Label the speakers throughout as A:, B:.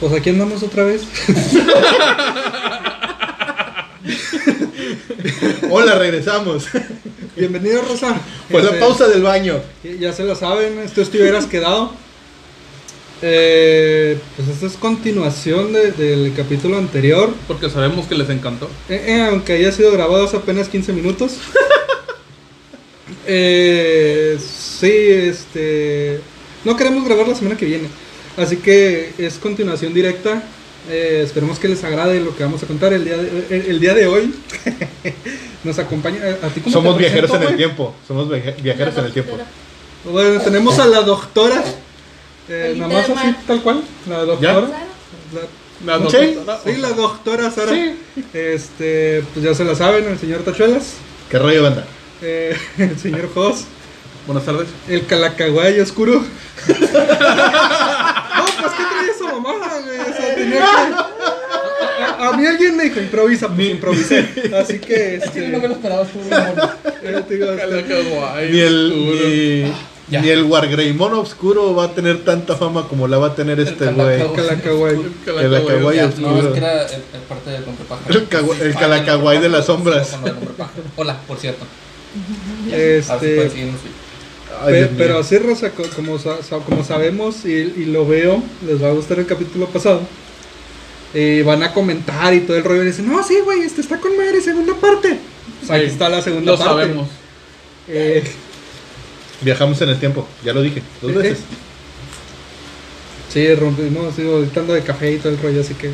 A: Pues aquí andamos otra vez.
B: Hola, regresamos.
A: Bienvenido, Rosa.
B: Pues la
A: Este,
B: pausa del baño.
A: Ya se la saben, esto es Te hubieras quedado. Eh, pues esta es continuación de- del capítulo anterior.
C: Porque sabemos que les encantó.
A: Eh, eh, aunque haya sido grabado hace apenas 15 minutos. Eh, sí, este. No queremos grabar la semana que viene. Así que es continuación directa. Eh, esperemos que les agrade lo que vamos a contar el día de, el, el día de hoy. Nos acompaña. ¿a ti cómo te
B: Somos viajeros
A: presento,
B: en el
A: güey?
B: tiempo. Somos viaje- viajeros en el tiempo.
A: Bueno, tenemos a la doctora. Eh, nada
D: Lolita
A: más
D: del
A: así,
D: Mar.
A: tal cual. La doctora.
D: Claro.
A: La-
C: La
B: Sí.
C: doctora-
A: sí, la doctora Sara.
B: Sí.
A: Este, pues ya se la saben, el señor Tachuelas,
B: ¿Qué rollo, banda?
A: eh, el señor Jos,
C: Buenas tardes.
A: el calacaguay oscuro. no, pues qué traía esa mamada, güey. O sea, tenía que. A, a- a mí alguien me dijo improvisa, pues improvisé. Así que este.
E: Sí, no me lo esperaba, estuvo bien bueno.
A: eh, te digo, este,
B: Ni el, ni,
E: Ya.
B: ni el Wargreymon Obscuro va a tener tanta fama como la va a tener este güey.
E: Calacagua.
A: calacaguay.
B: el Acaguay
E: Ya,
B: Oscuro.
E: No, es que era el, el parte del hombre pájaro.
B: El cagua- el
E: Ah,
B: calacaguay
E: hombre
B: de las
E: pájaro,
B: sombras.
E: con el hombre pájaro. Hola, por cierto. A ver si pueden
A: Este.
E: seguirnos. Ah, sí. pues,
B: Ay,
A: Pe-
B: Dios mío.
A: pero así, Rosa, co- como, sa- sa- como sabemos y, y lo veo, les va a gustar el capítulo pasado. Eh, van a comentar y todo el rollo. Y dicen, no, sí, güey, este está con madre, segunda parte. Pues aquí
C: Sí,
A: está la segunda
C: Lo
A: parte.
C: sabemos.
A: Eh,
B: Viajamos en el tiempo, ya lo dije, dos
A: Eh,
B: veces.
A: sí, rompimos, digo, estando de café y todo el rollo, así que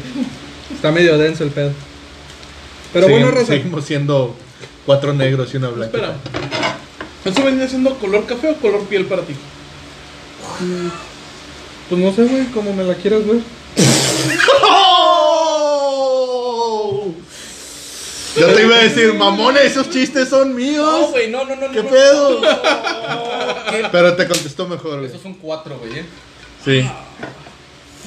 A: está medio denso el pedo. Pero
B: Seguimos-
A: bueno, Rosa,
B: Seguimos siendo cuatro negros y una blanca.
C: Espera. ¿Eso venía siendo color café o color piel para ti?
A: pues no sé, güey, como me la quieras ver.
B: ¡Oh! Yo te iba a decir, mamones, esos chistes son
E: No,
B: míos.
E: güey, no, no, no.
B: ¿Qué
E: no,
B: pedo?
E: no. ¿Qué?
B: Pero te contestó mejor, güey.
E: Eso es un 4, güey. ¿eh?
B: Sí.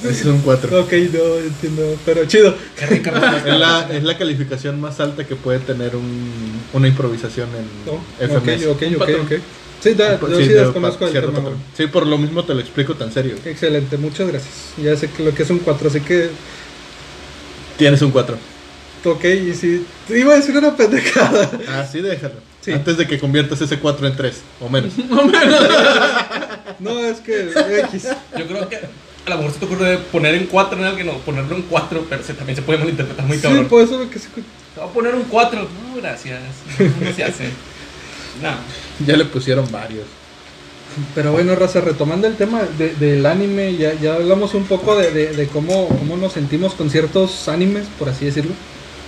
B: Es un 4.
A: Ok, no, entiendo, pero chido.
E: Qué rica
B: Es la, es la calificación más alta que puede tener un, una improvisación en
A: No,
B: FMS.
A: ok, ok, ok,
C: patrón.
A: ok. Sí, da, yo
B: Sí,
A: sí
B: de-
A: desconozco el
B: cierto
A: tema, güey.
B: patrón. Sí, por lo mismo te lo explico tan serio.
A: Excelente, muchas gracias. Ya sé que lo que es un 4, así que.
B: Tienes un 4.
A: Ok, y si. te Iba a decir una pendejada.
B: Así Ah, déjalo.
A: Sí.
B: Antes de que conviertas ese 4 en 3 o menos.
A: No, es que. X.
E: Yo creo que a lo mejor se te ocurre poner en 4 en alguien o ponerle un 4, pero se, también se puede malinterpretar muy
A: Sí,
E: cabrón.
A: por eso lo que se.
E: Te voy a poner un 4. No, gracias. No, no se hace. No.
B: Ya le pusieron varios.
A: Pero bueno, Raza, retomando el tema de- del anime, ya, ya hablamos un poco de, de- de cómo, cómo nos sentimos con ciertos animes, por así decirlo.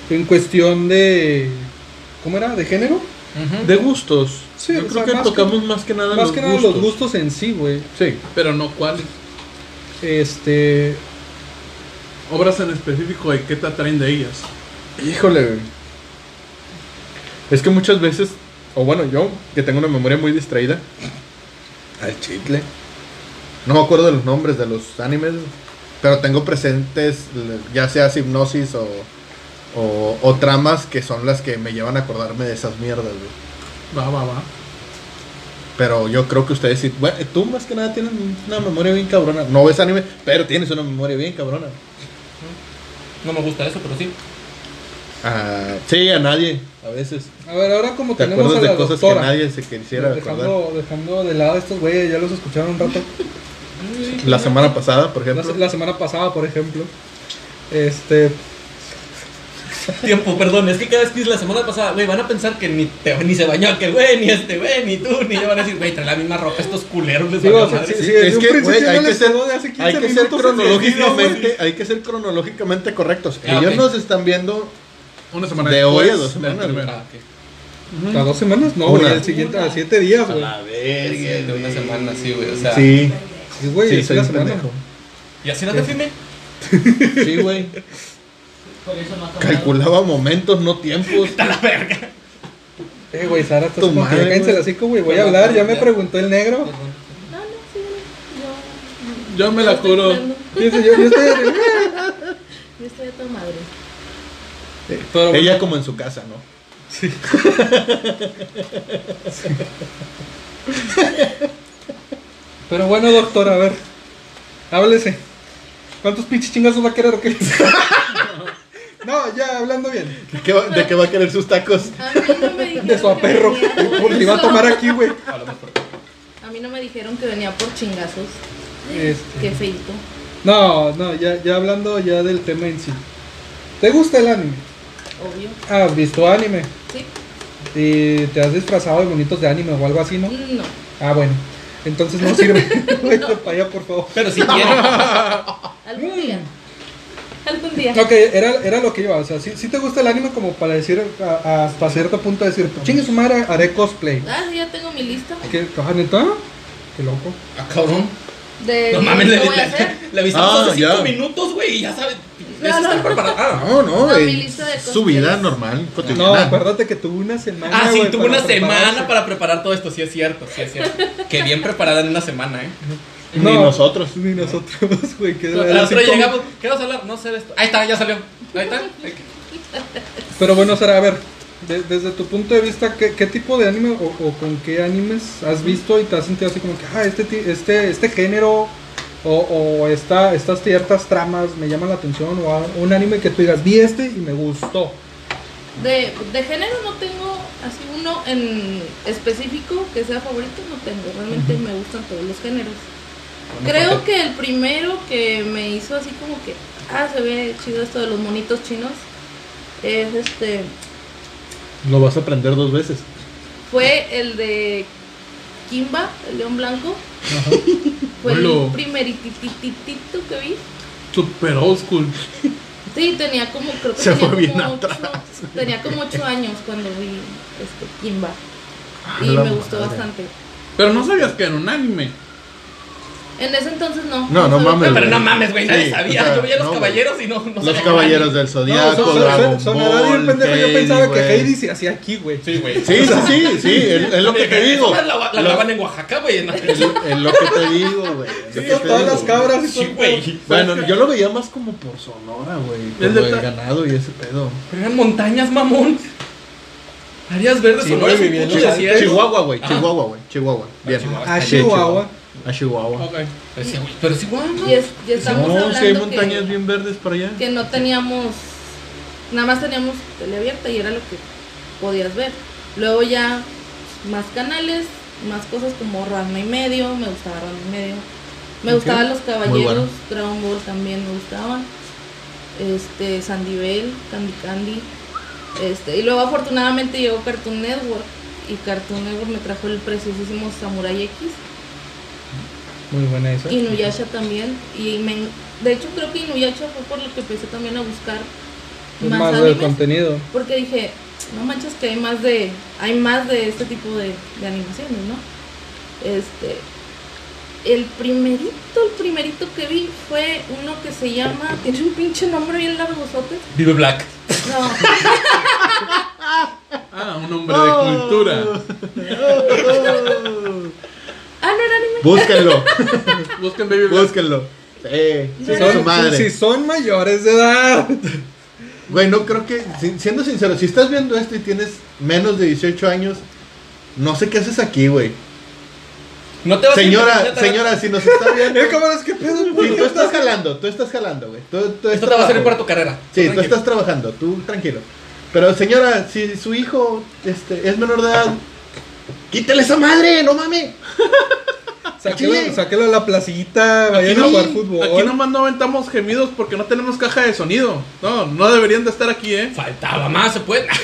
A: En cuestión de. ¿Cómo era? ¿De género?
B: De gustos.
A: Sí,
B: Yo
A: o
B: creo
A: sea,
B: que
A: más
B: tocamos más que nada
A: Más
B: Ah, los
A: que nada
B: gustos.
A: los gustos en sí, güey.
B: Sí.
C: Pero no cuáles.
A: Este.
C: Obras en específico y qué te atraen de ellas.
B: Híjole. güey. Es que muchas veces, o bueno, yo que tengo una memoria muy distraída. Al chicle. No me acuerdo de los nombres de los animes, pero tengo presentes l- ya sea hipnosis o, o, o tramas que son las que me llevan a acordarme de esas mierdas, güey.
C: Va, va, va.
B: Pero yo creo que ustedes sí, bueno, tú más que nada tienes una memoria bien cabrona. No ves anime, pero tienes una memoria bien cabrona.
E: No me gusta eso, pero sí.
B: Ah, sí, a nadie, a veces.
A: A ver, ahora como
B: ¿Te
A: tenemos a
B: acuerdas
A: la
B: de cosas
A: doctora,
B: que nadie se quisiera acordar?
A: dejando, dejando de lado a estos güeyes, ya los escucharon un rato.
B: La semana pasada, por
A: La,
B: ejemplo.
A: la semana pasada, por ejemplo. Este.
E: Tiempo, perdón, es que cada vez que es la semana pasada, güey, van a pensar que ni, te, ni se bañó aquel güey, ni este güey, ni tú, ni yo van a decir, güey, trae la misma ropa, estos culeros les
A: Sí,
E: valió
A: o sea,
E: madre.
A: sí,
B: Sí,
A: sí,
B: es
A: de un
B: que,
A: principio
B: güey, hay
A: no
B: que
A: les
B: ser,
A: quedó de hace 15
B: hay que ser
A: minutos entendido,
B: cronológicamente, hay que ser cronológicamente correctos.
E: Ah,
B: Ellos
E: ok.
B: nos están viendo
C: Una semana
B: De
C: después
B: hoy a dos
C: del
B: semanas,
C: primero.
E: Ah, ok.
A: ¿A dos semanas? No, güey,
B: Una.
A: el siguiente, a siete días, güey.
E: Sí, de una semana, sí, güey, o sea.
B: Sí,
A: Sí, güey,
B: sí,
A: es
B: soy
A: la
B: un
A: semana.
B: pendejo.
E: ¿Y así no te firme?
B: Sí, güey. Calculaba momentos, no tiempos.
A: Eh, güey, Sara, estás
B: Tu
A: como que
B: madre,
A: cállense el
B: güey.
A: hocico, güey. Voy a
E: Perdón,
A: hablar, ya me
E: ya.
A: preguntó el negro.
D: No, no, sí, yo.
C: Yo me la curo.
A: Fíjense, yo, yo estoy.
D: Yo estoy a toda madre.
E: Pero,
B: Ella como en su casa, ¿no?
A: Pero bueno, doctor, a ver. Háblese. ¿Cuántos pinches chingazos va a querer o qué? no, ya hablando bien.
B: ¿De qué, va, de qué va a querer sus tacos?
D: A mí no me dijeron
A: De su
D: que
A: aperro.
D: venía por
A: Porque le iba a
D: eso.
A: tomar aquí, güey.
E: Hablamos por
D: A mí no me dijeron que venía por chingazos.
A: Este.
D: Qué feito.
A: No, no, ya, ya hablando ya del tema en sí. ¿Te gusta el anime?
D: Obvio.
A: ¿Has Ah, visto anime?
D: Sí.
A: ¿Y te has disfrazado de bonitos de anime o algo así, no?
D: No.
A: Ah, bueno. Entonces no sirve. Vete para allá, por favor.
E: Pero si Ah, quieren.
D: Algún día. Algún día.
A: Ok, era, era lo que iba. O sea, si te gusta el anime como para decir, a- hasta cierto punto decir, chingue su madre, haré cosplay.
D: Ah, sí, ya tengo mi lista.
A: ¿Qué, ah, ¿neta? Qué loco.
E: Ah, cabrón.
D: De
E: No mames,
D: lo
E: le,
D: voy a
E: le,
D: hacer.
E: le avisamos
B: Ah,
E: hace 5
B: ya.
E: minutos, güey, y ya sabes.
D: No,
E: eso
D: no.
E: está preparado. Ah,
B: No, no,
D: No,
B: güey.
D: mi lista de
B: Su vida
D: cosplays.
B: normal,
A: No,
B: cotidiana.
A: acuérdate que tuvo una semana.
E: Ah, sí,
A: güey,
E: tuvo
A: para
E: una
A: prepararse.
E: semana para preparar todo esto, sí es cierto, sí es cierto. Qué bien preparada en una semana, ¿eh?
B: Ni
A: No.
B: nosotros.
A: Ni nosotros, güey. que
E: La,
A: era así
E: otra
A: como-
E: llegamos, ¿qué vas a hablar? No sé de esto. Ahí está, ya salió. Ahí está. ahí está.
A: Pero bueno, Sara, a ver, de- desde tu punto de vista, ¿qué, qué tipo de anime o, o con qué animes has visto y te has sentido así como que, ah, este, ti- este, este género o, o esta, estas ciertas tramas me llaman la atención o a- un anime que tú digas, vi este y me gustó?
D: De, de género no tengo así uno en específico que sea favorito, no tengo. Realmente me gustan todos los géneros. Creo que el primero que me hizo así como que, ah, se ve chido esto de los monitos chinos, es este,
B: Lo vas a aprender dos veces.
D: fue el de Kimba, el león blanco. Fue
C: Bueno.
D: el primeritititito que vi.
C: Super old school.
D: Sí, tenía como, creo que
B: Se
D: tenía,
B: fue bien
D: como ocho,
B: atrás.
D: tenía como ocho años cuando vi este Kimba.
B: Ah,
D: Y
B: la
D: me gustó
B: madre.
D: bastante.
C: Pero no sabías que era un anime.
D: En ese entonces no.
B: No, no
D: sabía.
B: mames,
E: Pero no
B: güey.
E: mames, güey, nadie
B: Sí,
E: sabía.
B: o sea,
E: Yo veía a los
B: no, güey.
E: caballeros y no, no
B: Los
E: sabía.
B: caballeros del
A: No,
B: Zodíaco,
A: son,
B: Dragon Ball,
A: pendejo. Yo
B: Heidi,
A: pensaba que
B: güey.
A: Heidi se hacía aquí, güey.
E: Sí, güey.
B: Sí, sí, sí, sí, es, es lo que te digo.
E: La, la, la
B: Lo-
E: lavan en Oaxaca, güey. en la-
B: es, lo- es lo que te digo, güey. es lo que te
A: todas
B: digo,
A: las
B: güey.
A: cabras ah, y
E: Sí,
A: todo.
E: güey.
B: Bueno, yo lo veía más como por Sonora, güey. Como
C: El de-
B: el ganado y ese pedo.
E: Pero eran montañas, mamón. Áreas verdes,
A: Sí,
E: Sonora es
A: güey,
E: un
A: vivían
E: puto
A: los altos.
E: desierto.
B: Chihuahua, güey.
E: Ah.
B: Chihuahua, güey. Chihuahua. Bien.
E: Chihuahua.
A: A
B: Sí,
A: Chihuahua.
B: A Chihuahua.
C: Ok.
E: Pues Sí, güey, Pero es igual, ¿no?
D: Y, es- y estamos
B: No,
D: hablando
B: si hay
D: que-
B: montañas bien verdes para allá.
D: que no teníamos, nada más teníamos tele abierta y era lo que podías ver. Luego ya más canales, más cosas como Ranma y medio, me gustaba Ranma y medio. Me
B: Ok,
D: gustaban los caballeros,
B: bueno.
D: Dragon Ball también me gustaban. Este, Sandy Bell, Candy Candy. Este, y luego afortunadamente llegó Cartoon Network y Cartoon Network me trajo el preciosísimo Samurai X.
A: Muy buena esa.
D: Inuyasha también. Y me- de hecho creo que Inuyasha fue por lo que empecé también a buscar
A: Es
D: más,
A: más del
D: animes.
A: contenido.
D: Porque dije, no manches que hay más de, hay más de este tipo de, de animaciones, ¿no? Este, el primerito, el primerito que vi fue uno que se llama, tiene un pinche nombre bien largosote.
E: Vive Black.
D: No,
C: Ah, un hombre de
D: Oh.
C: cultura.
D: ah, no era anime.
B: Búsquenlo,
C: Busquen Baby Black.
B: búsquenlo. Sí, sí,
D: Sí,
A: Son-
B: su
A: si
B: madre.
A: son mayores de edad.
B: Güey, no creo que, si- siendo sincero, si estás viendo esto y tienes menos de 18 años, no sé qué haces aquí, güey.
E: No te vas a
B: Señora,
E: internet, te va-
B: señora, si nos está viendo.
A: Es como los que pedo,
B: Si tú
A: güey.
B: estás jalando, tú estás jalando, güey. Tú, tú es
E: Esto te va a servir
B: trabajo.
E: para tu carrera.
B: Sí, tú
E: Tranquilo.
B: estás trabajando, tú tranquilo. Pero señora, si su hijo este, es menor de edad, quítale esa madre, no mames.
A: Sáquelo,
B: Chile.
A: sáquelo a la placita, vayan a
C: no-
A: jugar fútbol.
C: aquí nomás no aventamos gemidos porque no tenemos caja de sonido. No, no deberían de estar aquí, ¿eh?
E: Faltaba más, se puede.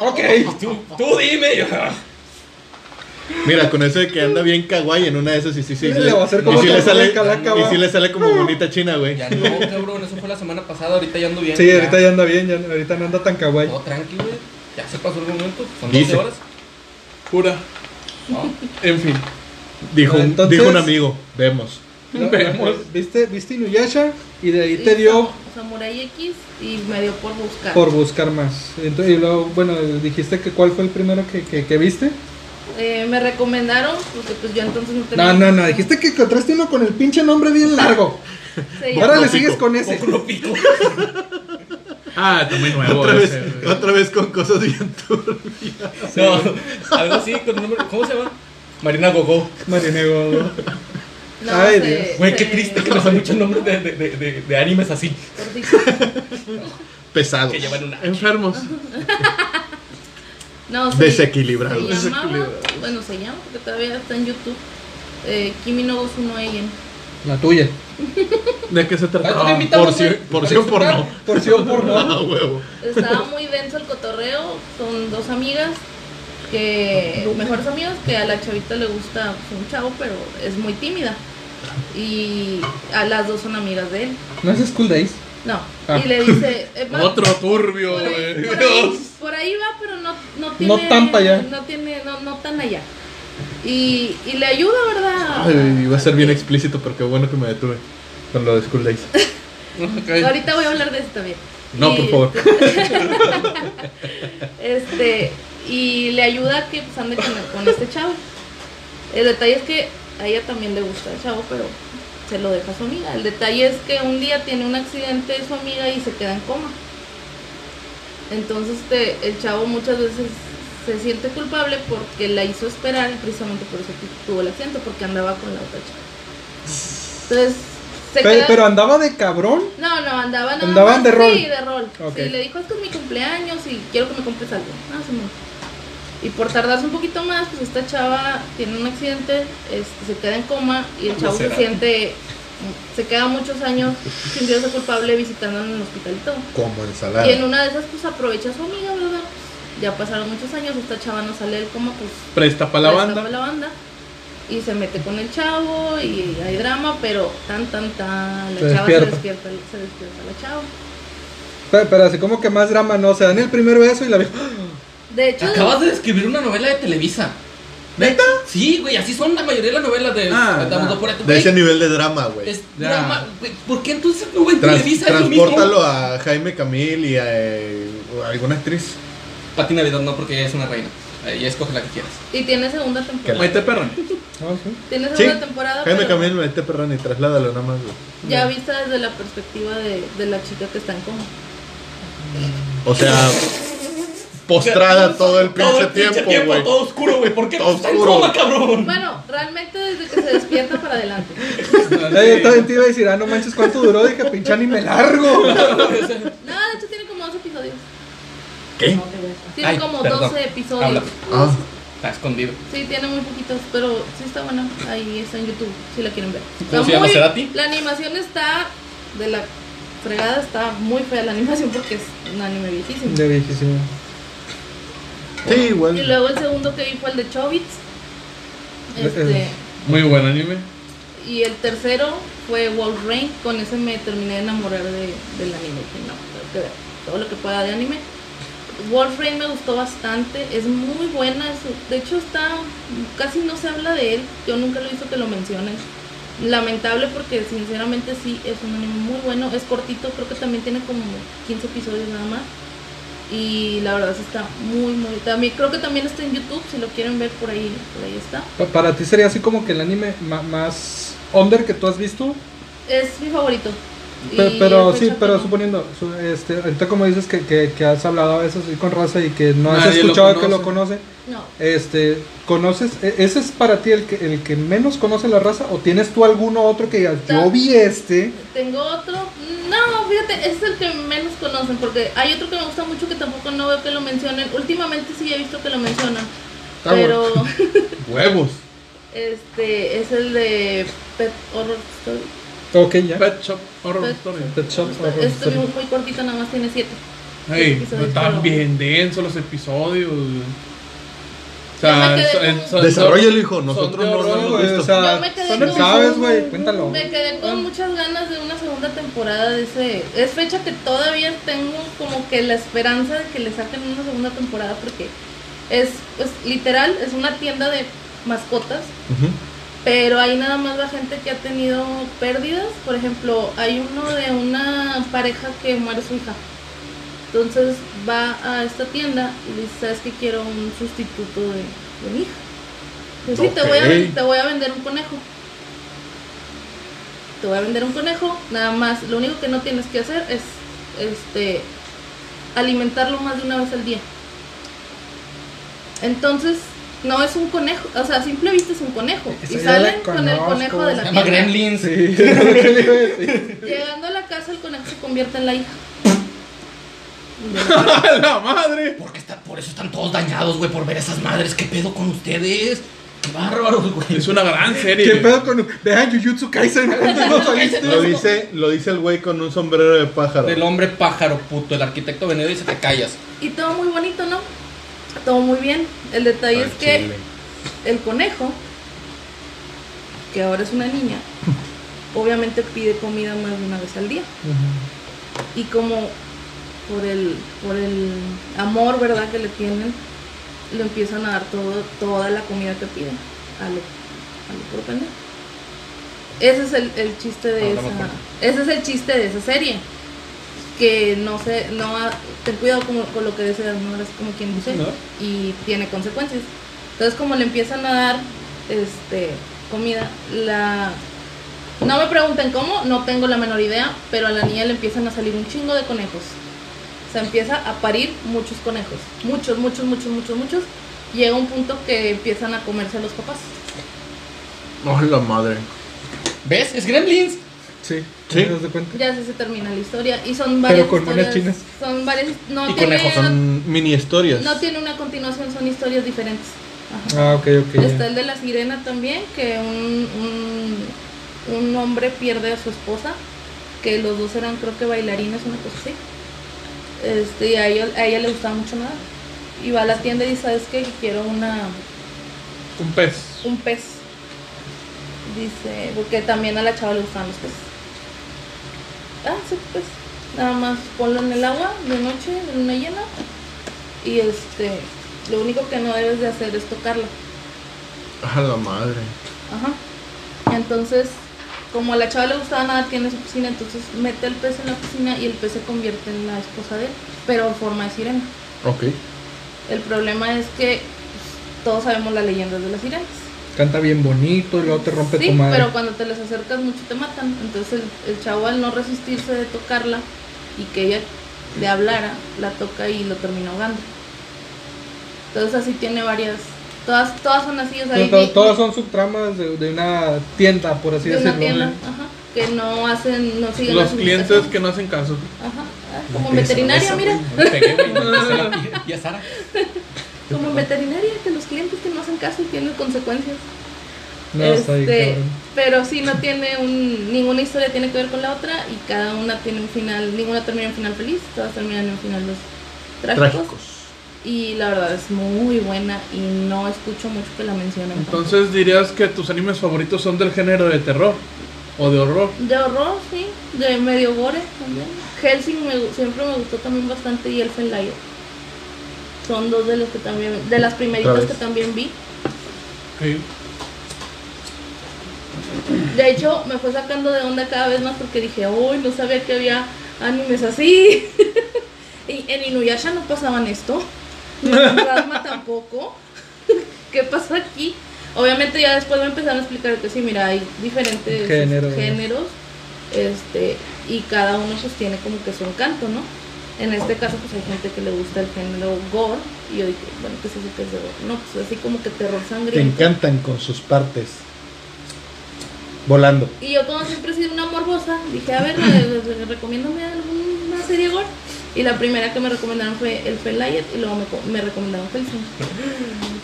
A: Ok.
E: tú, tú dime. yo-
B: Mira, con eso de que anda bien kawaii en una de esas y sí, sí.
A: Le va a hacer como
B: y sí le
A: Tortuga
B: sale,
A: de Calaca,
B: y
A: va. Ah.
B: sí le sale como bonita china, güey.
E: Ya no, cabrón, eso fue la semana pasada, ahorita ya ando bien.
A: Sí, ahorita ya anda bien, ya, ahorita no anda tan kawaii.
C: Oh,
E: Todo tranqui, güey. Ya se pasó el momento, son 12
B: Dice.
E: horas.
C: Pura.
E: No.
C: En fin.
B: Dijo, un-
A: Entonces-
B: dijo un amigo, vemos.
A: No,
C: Vemos.
A: no, ¿Viste, viste Inuyasha y de ahí
D: Y
A: te dio
D: Sam- Samurai X y me dio por buscar.
A: por buscar más. Entonces, y luego, bueno, dijiste que cuál fue el primero que, que, que viste.
D: Eh, me recomendaron, porque pues yo entonces no tenía.
A: No, no, no, dijiste que encontraste uno con el pinche nombre bien largo.
D: Se llama-
A: Ahora le sigues con ese.
E: Poco lo pico.
C: Ah, está muy nuevo.
B: Otra vez,
C: ese,
E: eh.
C: güey.
B: otra vez con cosas bien turbias.
E: No, algo así con un nombre. ¿Cómo se llama? Marina Gogó.
A: Marinego.
D: No,
A: Ay,
D: se-
A: Dios.
E: Güey, qué
D: se-
E: triste que nos dan muchos nombres de, de, de, de- de animes así.
D: Gordito.
B: Pesado.
E: Que llevan
C: Ah,
E: una.
C: Enfermos.
D: No, se-
B: Desequilibrado.
D: Se llamaba,
C: Desequilibrado.
D: bueno, se llama porque todavía está en YouTube. Eh, Kimi no Gozu no Eigen.
A: La tuya.
C: ¿De qué se trata?
E: Ah,
C: Ah,
E: invitamos,
B: porción-
E: güey.
B: porción por no.
A: Porción por no.
B: Ah, huevo.
D: Estaba muy denso el cotorreo. Son dos amigas que, mejores amigas, que a la chavita le gusta pues, un chavo, pero es muy tímida. Y a las dos son amigas de él.
A: No es School Days.
D: No.
A: Ah.
D: Y le dice, eh, va-
C: Ah, Otro turbio,
D: Por ahí,
C: güey.
D: por ahí- por ahí va, pero no, no tiene.
A: No tan pa' allá.
D: No, tiene, no, no tan allá. Y, y le ayuda, ¿verdad?
B: Ay, iba a ser bien explícito, pero qué bueno que me detuve con lo de School Days.
C: Ok.
D: Ahorita voy a hablar de eso también.
B: No,
D: Y-
B: por favor.
D: Este, y le ayuda a que pues, ande con, con este chavo. El detalle es que a ella también le gusta el chavo, pero se lo deja a su amiga. El detalle es que un día tiene un accidente su amiga y se queda en coma. Entonces este, el chavo muchas veces se siente culpable porque la hizo esperar y precisamente por eso tu- tuvo el accidente, porque andaba con la otra chava. Entonces se
A: Pero,
D: queda...
A: pero andaba de cabrón.
D: No, no, andaba nada
A: Andaban
D: más,
A: de rol.
D: Sí, de rol.
A: Ok.
D: Sí, le dijo, es que es mi cumpleaños y quiero que me compres algo. Ah, sí, no. Y por tardarse un poquito más, pues esta chava tiene un accidente, este, se queda en coma y el chavo se
E: será?
D: siente, se queda muchos años sintiéndose culpable visitando en el hospital y todo.
B: Como ensalada.
D: Y en una de esas, pues aprovecha a su amiga, ¿verdad? Pues, ya pasaron muchos años, esta chava no sale del coma, pues
C: Presta pa' la
D: pues,
C: banda.
D: tapa la banda. Y se mete con el chavo y hay drama, pero tan, tan, tan. La
A: Se
D: chava
A: despierta.
D: se despierta, se despierta la chava.
A: Pero, pero así como que más drama, no. Se dan el primer beso y la vieja.
D: De hecho,
E: Acabas de escribir una novela de Televisa. ¿Neta? Sí, güey, así son la mayoría de las novelas de.
C: Ah,
E: de-
C: ah.
E: de- por-
B: De
E: güey,
B: ese nivel de drama, güey.
E: es
C: Ya.
E: drama, güey, ¿Por qué entonces no, güey,
B: Trans-
E: Televisa es lo mismo?
B: transpórtalo a Jaime Camil y a, eh, alguna actriz.
E: Pati Navidad no, porque ella es una reina. Ella escoge la que quieras.
D: y tiene segunda
B: Que
D: temporada.
C: Mete perrón.
A: No, "Ah, sí.
D: Tiene
B: Sí,
D: segunda temporada.
B: Jaime
D: Ah, pero
B: Camil, mete perrón y trasládalo nada más, güey.
D: ya vista desde la perspectiva de, de la chica que está en coma.
B: O sea, postrada todo el pinche tiempo, güey.
E: todo oscuro, güey. ¿Por qué
B: Todo
E: está en
B: oscuro.
E: coma, cabrón?
D: Bueno, realmente desde que se despierta para adelante.
A: Eh, yo también te iba a decir, ah, no manches, ¿cuánto duró? Dije, pinche anime largo.
D: No, de hecho tiene como 12 episodios.
B: ¿Qué?
D: Tiene
E: Ay,
D: como
E: perdón.
D: 12 episodios.
E: Habla.
B: Ah,
E: Está escondido.
D: Sí, tiene muy poquitos, pero sí está buena. Ahí está en YouTube, si la quieren ver.
E: ¿Cómo
D: Está
E: se llama,
D: muy-
E: Cerati?
D: La animación está de la fregada, está muy fea la animación porque es un anime viejísimo.
A: De viejísimo.
B: sí,
D: Y
B: igual.
D: luego el segundo que vi fue el de Chobits. Este,
A: Eh,
C: Muy buen anime.
D: y el tercero fue Wolf Rain. Con ese me terminé de enamorar de, del anime. Dije, no, tengo que ver todo lo que pueda de anime. Wolf Rain me gustó bastante. Es muy buena. es- de hecho, está casi no se habla de él. Yo nunca lo he visto que lo mencionen. Lamentable porque sinceramente sí es un anime muy bueno. Es cortito, creo que también tiene como 15 episodios nada más. Y la verdad sí está muy, muy... También, creo que también está en YouTube, si lo quieren ver por ahí, por ahí está.
A: pa- Para ti sería así como que el anime ma- más under que tú has visto.
D: Es mi favorito. Y
A: Pe- pero
D: es
A: sí,
D: fecha
A: pero
D: como-
A: suponiendo, su- este, ahorita como dices que, que, que has hablado a veces así con raza y que no has
C: Nadie lo
A: escuchado que
C: conoce.
A: lo conoce,
D: No,
A: este, ¿conoces? e- ¿Ese es para ti el que, el que menos conoce la raza? ¿O tienes tú alguno otro que digas, yo vi este?
D: tengo otro. No, fíjate, ese es el que menos conocen, porque hay otro que me gusta mucho que tampoco no veo que lo mencionen. Últimamente sí he visto que lo mencionan,
A: Ah, bueno.
D: pero
B: Huevos.
D: este es el de Pet Horror Story.
A: Ok, ya.
C: Pet Shop Horror
D: Pet-
C: Story.
A: Pet Shop Horror
D: Este es
A: Story.
D: muy cortito, nada más tiene siete.
C: Ey,
D: episodios, pero-
C: están bien densos los episodios. güey. O
D: Yo
C: sea,
D: me quedé
C: so-
D: con-
C: eh, son-
B: Desarrollalo, hijo.
C: son
B: Nosotros
C: de
B: no lo
C: horror,
B: hemos
A: Güey,
B: visto.
A: o sea,
D: Yo me quedé
A: son
D: con-
A: ¿sabes, güey? Cuéntalo.
D: Me quedé con muchas ganas de una segunda temporada de ese. Es fecha que todavía tengo como que la esperanza de que le saquen una segunda temporada porque es, es literal, es una tienda de mascotas,
B: Ujú.
D: pero ahí nada más la gente que ha tenido pérdidas. Por ejemplo, hay uno de una pareja que muere su hija. Entonces va a esta tienda y le dice, ¿sabes que quiero un sustituto de, de mi hija? Pues sí, te voy, a,
B: Ok.
D: ven- te voy a vender un conejo. Te voy a vender un conejo, nada más. Lo único que no tienes que hacer es este alimentarlo más de una vez al día. Entonces, No es un conejo, o sea, a simple vista es un conejo.
A: Esa
D: y
A: yo
D: salen
A: la
D: con el
A: conozco.
D: conejo de
E: Se
D: la
E: llama
D: tienda.
E: Gremlins.
B: Sí, es lo que le iba a decir.
D: Llegando a la casa, el conejo se convierte en la hija.
C: ¡A la madre!
E: Porque está, por eso están todos dañados, güey, por ver esas madres. ¿Qué pedo con ustedes? Qué bárbaros, güey.
C: Es una gran serie.
A: ¿Qué
C: güey.
A: pedo con.? Vean Jujutsu Kaisen. ¿cuántos no saliste?
B: Lo dice, lo dice el güey con un sombrero de pájaro.
E: Del hombre pájaro, puto. El arquitecto Venedo dice: Te callas.
D: Y todo muy bonito, ¿no? Todo muy bien. El detalle
B: Al
D: es que
B: chile.
D: el conejo, que ahora es una niña, obviamente pide comida más de una vez al día. Y como por el, por el amor, ¿verdad?, que le tienen, le empiezan a dar todo, toda la comida que piden a lo, a lo puro pendejo. Ese es el, el chiste de
E: Hablamos
D: esa. Ese es el chiste de esa serie. Que no sé, no ha- ten cuidado con, con lo que deseas, no eres como quien dice.
A: No.
D: Y tiene consecuencias. Entonces como le empiezan a dar este comida, la no me pregunten cómo, no tengo la menor idea, pero a la niña le empiezan a salir un chingo de conejos. Se empieza a parir muchos conejos, muchos, muchos, muchos, muchos, muchos. Llega un punto que empiezan a comerse a los papás.
B: Oh, la madre.
E: ¿Ves? Es Gremlins.
A: Sí,
B: Sí.
A: ¿te das de cuenta?
D: Ya así se termina la historia y son varias
A: con monas
D: historias-
A: chinas.
D: Son varias, no
E: Y
D: tiene,
E: conejos,
B: Son mini historias.
D: no tiene una continuación, son historias diferentes. Ajá.
A: Ah, ok, ok. ya.
D: Está el de la sirena también, que un, un, un hombre pierde a su esposa, que los dos eran creo que bailarines, una cosa así. Este, y a ella, a ella le gustaba mucho nada. Y va a la tienda y dice, ¿sabes qué? Que Quiero una,
C: Un pez.
D: un pez. Dice, porque también a la chava le gustaban los peces. Ah, sí, pues. Nada más ponlo en el agua de noche, en una llena. Y este, lo único que no debes de hacer es tocarla.
B: A la madre.
D: Ajá. Entonces, como a la chava le gustaba nada, tiene su piscina, entonces mete el pez en la piscina y el pez se convierte en la esposa de él, pero en forma de sirena.
B: Ok.
D: El problema es que pues, todos sabemos las leyendas de las sirenas.
A: Canta bien bonito y luego te rompe tu
D: Sí,
A: madre.
D: pero cuando te les acercas mucho te matan. Entonces el, el chavo al no resistirse de tocarla y que ella le hablara, la toca y lo termina ahogando. Entonces así tiene varias... Todas, todas son así, o sea,
A: To-
D: hay-
A: to- todas son subtramas de, de una tienda, por así
D: de una
A: decirlo. ¿eh?
D: tienda, ajá, que no hacen, no siguen
C: Los
D: las
C: clientes
D: indicaciones.
C: que no hacen caso.
D: Ajá, ah, como veterinaria, mira,
E: Me pegué, güey. me puse la piel. Y a Sara.
D: como veterinaria, que los clientes que no hacen caso tienen consecuencias.
A: No, está bien,
D: Este,
A: cabrón.
D: pero sí no tiene un, ninguna historia tiene que ver con la otra y cada una tiene un final, ninguna termina en final feliz, todas terminan en final los trágicos.
B: Trágicos.
D: Y la verdad es muy buena y no escucho mucho que la mencionen.
C: Entonces dirías que tus animes favoritos son del género de terror o de horror.
D: De horror, sí, de medio gore también. Helsing me gu- siempre me gustó también bastante y Elfen Liar. Son dos de los que también, de las
B: Otra
D: primeritas
B: vez.
D: que también vi.
C: Sí.
D: De hecho, me fue sacando de onda cada vez más porque dije, uy, no sabía que había animes así. y en Inuyasha no pasaban esto. Ni en Ranma tampoco. ¿Qué pasó aquí? Obviamente ya después me empezaron a explicar que sí, mira, hay diferentes
A: Géneros.
D: géneros, este, y cada uno pues tiene como que su encanto, ¿no? En este caso pues hay gente que le gusta el género gore y yo dije, bueno, ¿qué es eso que es de gore? No, pues así como que terror
B: Te
D: sangriento.
B: encantan con sus partes. Volando.
D: Y yo como siempre he sido una morbosa, dije, a ver, re- re- re- recomiéndame alguna serie gore. Y la primera que me recomendaron fue el Felayet y luego me, co- me recomendaron Hellsing.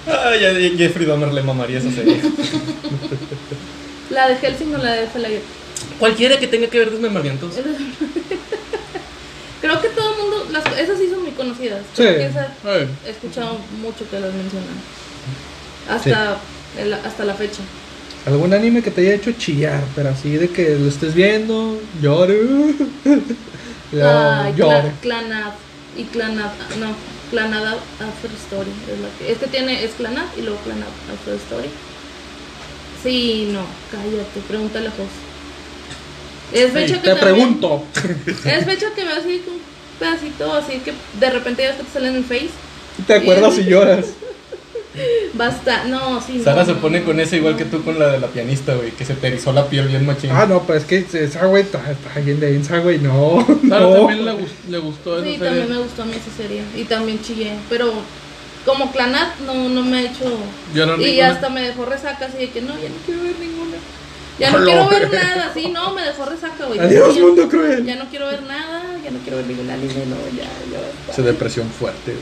E: Ay, a Jeffrey Dahmer le mamaría esa serie.
D: La de Hellsing o la de Felayet.
E: Cualquiera que tenga que ver desmembramientos.
D: Creo que todo el mundo, las, esas sí son muy conocidas.
A: Sí.
D: Creo que esas
C: Ay,
D: he escuchado mucho que las mencionan. Hasta, el- hasta la fecha.
A: ¿Algún anime que te haya hecho chillar? Pero así de que lo estés viendo, llore.
D: Ay,
A: Yo, llore.
D: Cla- Ah, Clanad y Clanad, no, Clanad After Story. Es, la que, es que tiene, es Clanad y luego Clanad After Story. Sí, no, cállate, pregúntale a Jos. Es fecha
A: Te
D: que también-
A: pregunto.
D: Es fecha que veo así un pedacito, así que de repente ya ves que te sale en el face.
A: ¿Te acuerdas si lloras?
D: Basta, no, sí. no,
E: Sara se
D: no,
E: pone
D: no,
E: con esa igual que
D: no.
E: tú con la de la pianista, güey, que se te erizó la piel bien machín.
A: Ah, no, pues es que esa güey está está bien de esa güey. No,
C: Sara
A: no.
C: también le, gus- le gustó esa
D: Sí,
C: serie.
D: también me gustó a mí esa serie. Y también chillé. Pero Como Clanat no, no me ha hecho.
C: Yo no
D: y
C: ninguna.
D: hasta me dejó resaca así de que no, ya no quiero ver ninguna. Ya no
B: Hola,
D: quiero ver
B: güey.
D: nada, sí, no, me dejó resaca, güey.
A: Adiós,
D: Ya-
A: mundo cruel.
D: Ya no quiero ver nada, ya no quiero ver ningún anime, no, ya, ya.
B: Esa depresión fuerte.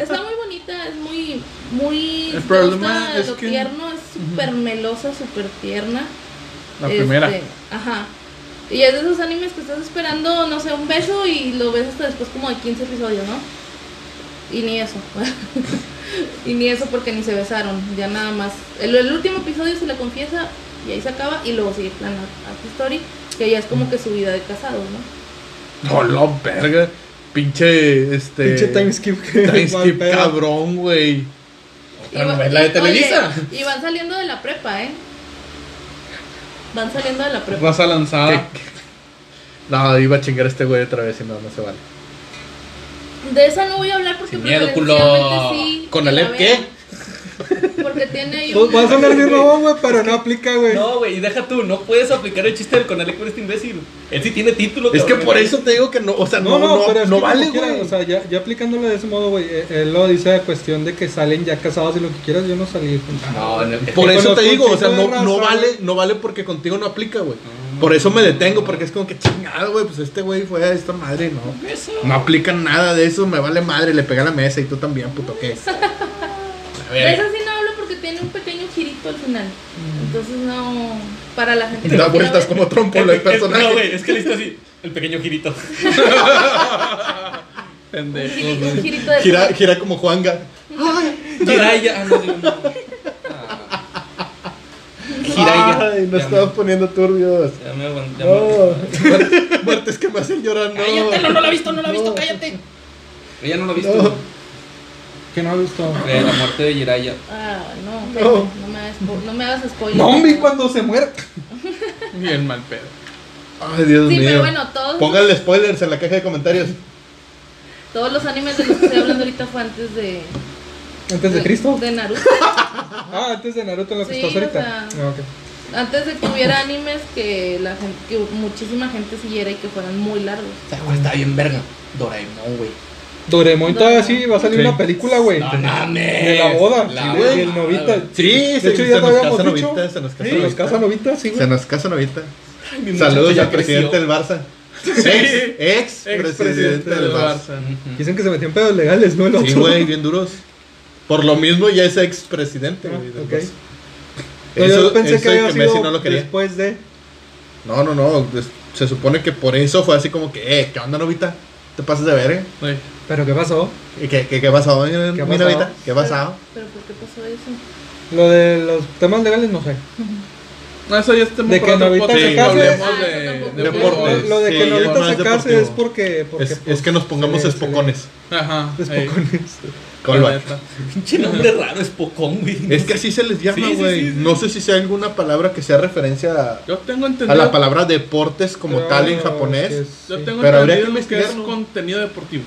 D: Está muy bonita, es muy, muy.
C: El problema
D: gusta
C: es
D: lo
C: que-
D: tierno, es súper melosa, súper tierna.
C: La primera.
D: Este, Ajá. Y es de esos animes que estás esperando, no sé, un beso y lo ves hasta después como de 15 episodios, ¿no? Y ni eso. y ni eso porque ni se besaron, ya nada más. El, el último episodio se le confiesa y ahí se acaba y luego sigue plan a Story, que ya es
E: Mm.
D: como que su vida de casados, ¿no?
B: No, la verga. Pinche, este.
A: Pinche time skip. que-
B: time skip
A: mal pedo.
B: cabrón, güey.
E: Otra novela de
D: oye,
E: Televisa.
D: y van saliendo de la prepa, ¿eh? Van saliendo de la prepa.
C: Raza lanzada.
B: ¿Qué? No, iba a chingar a este güey otra vez y no, no se vale.
D: De esa no voy a hablar porque
E: Sin miedo, culo.
D: preferencialmente sí que
E: Con
D: la
E: Alep, ¿qué?
D: vean, Porque tiene ahí
A: Pues
D: un-
A: va a sonar bien robón, güey, pero no aplica, güey.
E: No, güey, y deja tú, no puedes aplicar el chiste del Conalep por este imbécil. Él sí tiene título.
B: Es que
E: cabrón,
B: por
E: güey.
B: eso te digo que no, o sea,
A: No,
B: no,
A: no,
B: no,
A: pero
B: no,
A: es que
B: vale,
A: como quiera,
B: güey.
A: O sea, ya, ya aplicándolo de ese modo, güey. eh, Él lo dice de cuestión de que salen ya casados y lo que quieras, yo no salí.
E: No, no,
B: Por
A: que conozco
B: eso te
A: un
B: digo, o sea,
A: chingo de
B: no, no
A: raza,
B: vale, no vale porque contigo no aplica, güey. Por eso me detengo, porque es como que chingado, güey, pues este güey fue a esta madre, no.
E: Eso.
B: No aplica nada de eso, me vale madre, le pega a la mesa y tú también, puto, ¿qué?
E: A
D: De
E: ver,
D: esa sí no hablo porque tiene un pequeño girito al final. Entonces no. Para la gente
B: Te da vueltas como trompo el
E: el- el- No,
B: personaje.
E: güey, es que le hizo así. El pequeño girito.
D: Un
C: Pendejo.
D: girito, un girito de.
B: Gira, gira como Juanga.
E: Jiraya. Ah, no, digo, no. Jiraya.
B: Ay, nos
E: Ya
B: estamos poniendo turbios.
E: me- Ya me aguanté. ya me-
B: No. Muertes que me hacen llorar, no.
E: Cállate, no, no la ha visto, no la ha visto,
B: No.
E: cállate. Ella no lo ha visto.
B: No.
A: Que no ha gustado.
E: Eh, la muerte de Jiraya.
D: Ah, no,
B: No.
D: no. No, me hagas, spo- no me hagas spoiler.
A: Nombi cuando se muere.
C: Bien mal pedo.
B: Ay, Dios
D: Sí,
B: mío.
D: pero bueno, todos,
B: Pónganle spoilers en la caja de comentarios.
D: todos los animes de los que estoy hablando ahorita fue antes de.
A: Antes de Cristo.
D: De Naruto.
A: Ah, antes de Naruto en lo que
D: Sí,
A: estás
D: o
A: ahorita.
D: sea.
A: Ah, ok.
D: Antes de que hubiera animes que, la gente, que muchísima gente siguiera y que fueran muy largos.
E: O sea, güey, está bien verga. Doraemon, güey.
A: Doraemon
D: No.
A: todavía sí va a salir
B: Sí.
A: una película, güey.
E: No mames.
A: de la boda.
E: La
A: sí, güey.
E: boda,
A: Y el novita.
E: güey.
B: Sí,
A: De hecho, ya lo habíamos dicho.
B: novita, se nos casa
A: Se nos
B: novita.
A: casa novita, sí,
B: Se
A: güey.
B: nos casa novita.
E: Mi muchacho
B: Saludos
E: ya
B: al
E: creció.
B: presidente del Barça. Ex, ex, presidente del Barça.
E: Ujú.
A: Dicen que se metió en pedos legales, ¿no? El
B: Sí,
A: otro.
B: güey, bien duros. Por lo mismo ya es ex presidente,
A: Ah,
B: güey. del
A: ok.
B: Barça.
A: No,
B: Eso,
A: yo pensé
B: eso
A: que
B: y
A: había
B: Messi
A: sido
B: no lo quería.
A: después de.
B: No, no, no. pues, se supone que por eso fue así como que, eh, ¿qué onda, novita? ¿Te pasas de verga?
C: Güey.
A: ¿Pero qué pasó?
B: ¿Y ¿Qué, qué, qué pasó, mi, mi
A: pasado?
B: novita? ¿Qué ha pasado?
D: Pero, ¿por qué pasó eso?
A: Lo de los temas legales, no sé.
C: No, eso ya está
A: De que Novita se
C: Sí,
A: case.
C: hablemos
D: Ah,
C: de
D: eso tampoco.
B: Deportes.
A: Lo de que
B: Sí, ya
A: novita
B: más
A: se case
B: deportivo.
A: es porque. porque
B: Es,
A: pues,
B: es que nos pongamos
A: se le-
B: espocones.
C: Ajá.
A: se le-
C: ey,
A: Espocones.
B: Colva.
C: la neta.
E: Pinche nombre raro, es Pocón, güey.
B: Es que así se les llama,
E: Sí, sí,
B: güey.
E: sí, sí.
B: No sé si sea alguna palabra que sea referencia a,
C: Yo tengo entendido.
B: a la palabra deportes como tal en japonés.
C: Yo tengo
B: Pero habría
C: entendido
B: que
C: que, es
B: investigarlo.
C: contenido deportivo.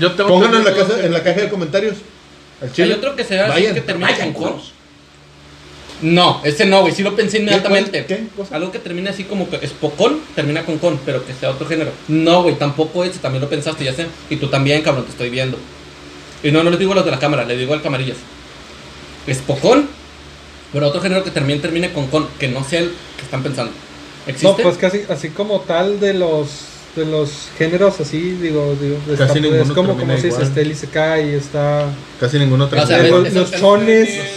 C: Yo tengo
B: ¿Mm? Pónganlo en la,
C: entendido
B: casa,
C: que-
B: en la caja de comentarios. Al
E: Hay
B: chile.
E: otro que se ve así
B: Vayan,
E: que termina
B: vayan,
E: con cor. No, ese no, güey. Sí lo pensé inmediatamente.
B: ¿Qué? cosa?
E: Algo que termina así como que es pocón, termina con con, pero que sea otro género. No, güey, tampoco ese, también lo pensaste, ya sé. Y tú también, cabrón, te estoy viendo. Y no, no les digo a los de la cámara, le digo al camarillas. Es pocón, pero otro género que también termine con con, que no sea el que están pensando.
A: No,
E: ¿Existe?
A: pues casi así como tal de los de los géneros así, digo, digo de
B: Casi
A: esta-
B: ninguno
A: es como,
B: termina
A: como se dice,
B: igual.
A: está el Isekai y está
B: Casi ninguno otra.
E: O sea,
A: los-
E: es-
A: los
E: es-
A: chones,
E: es-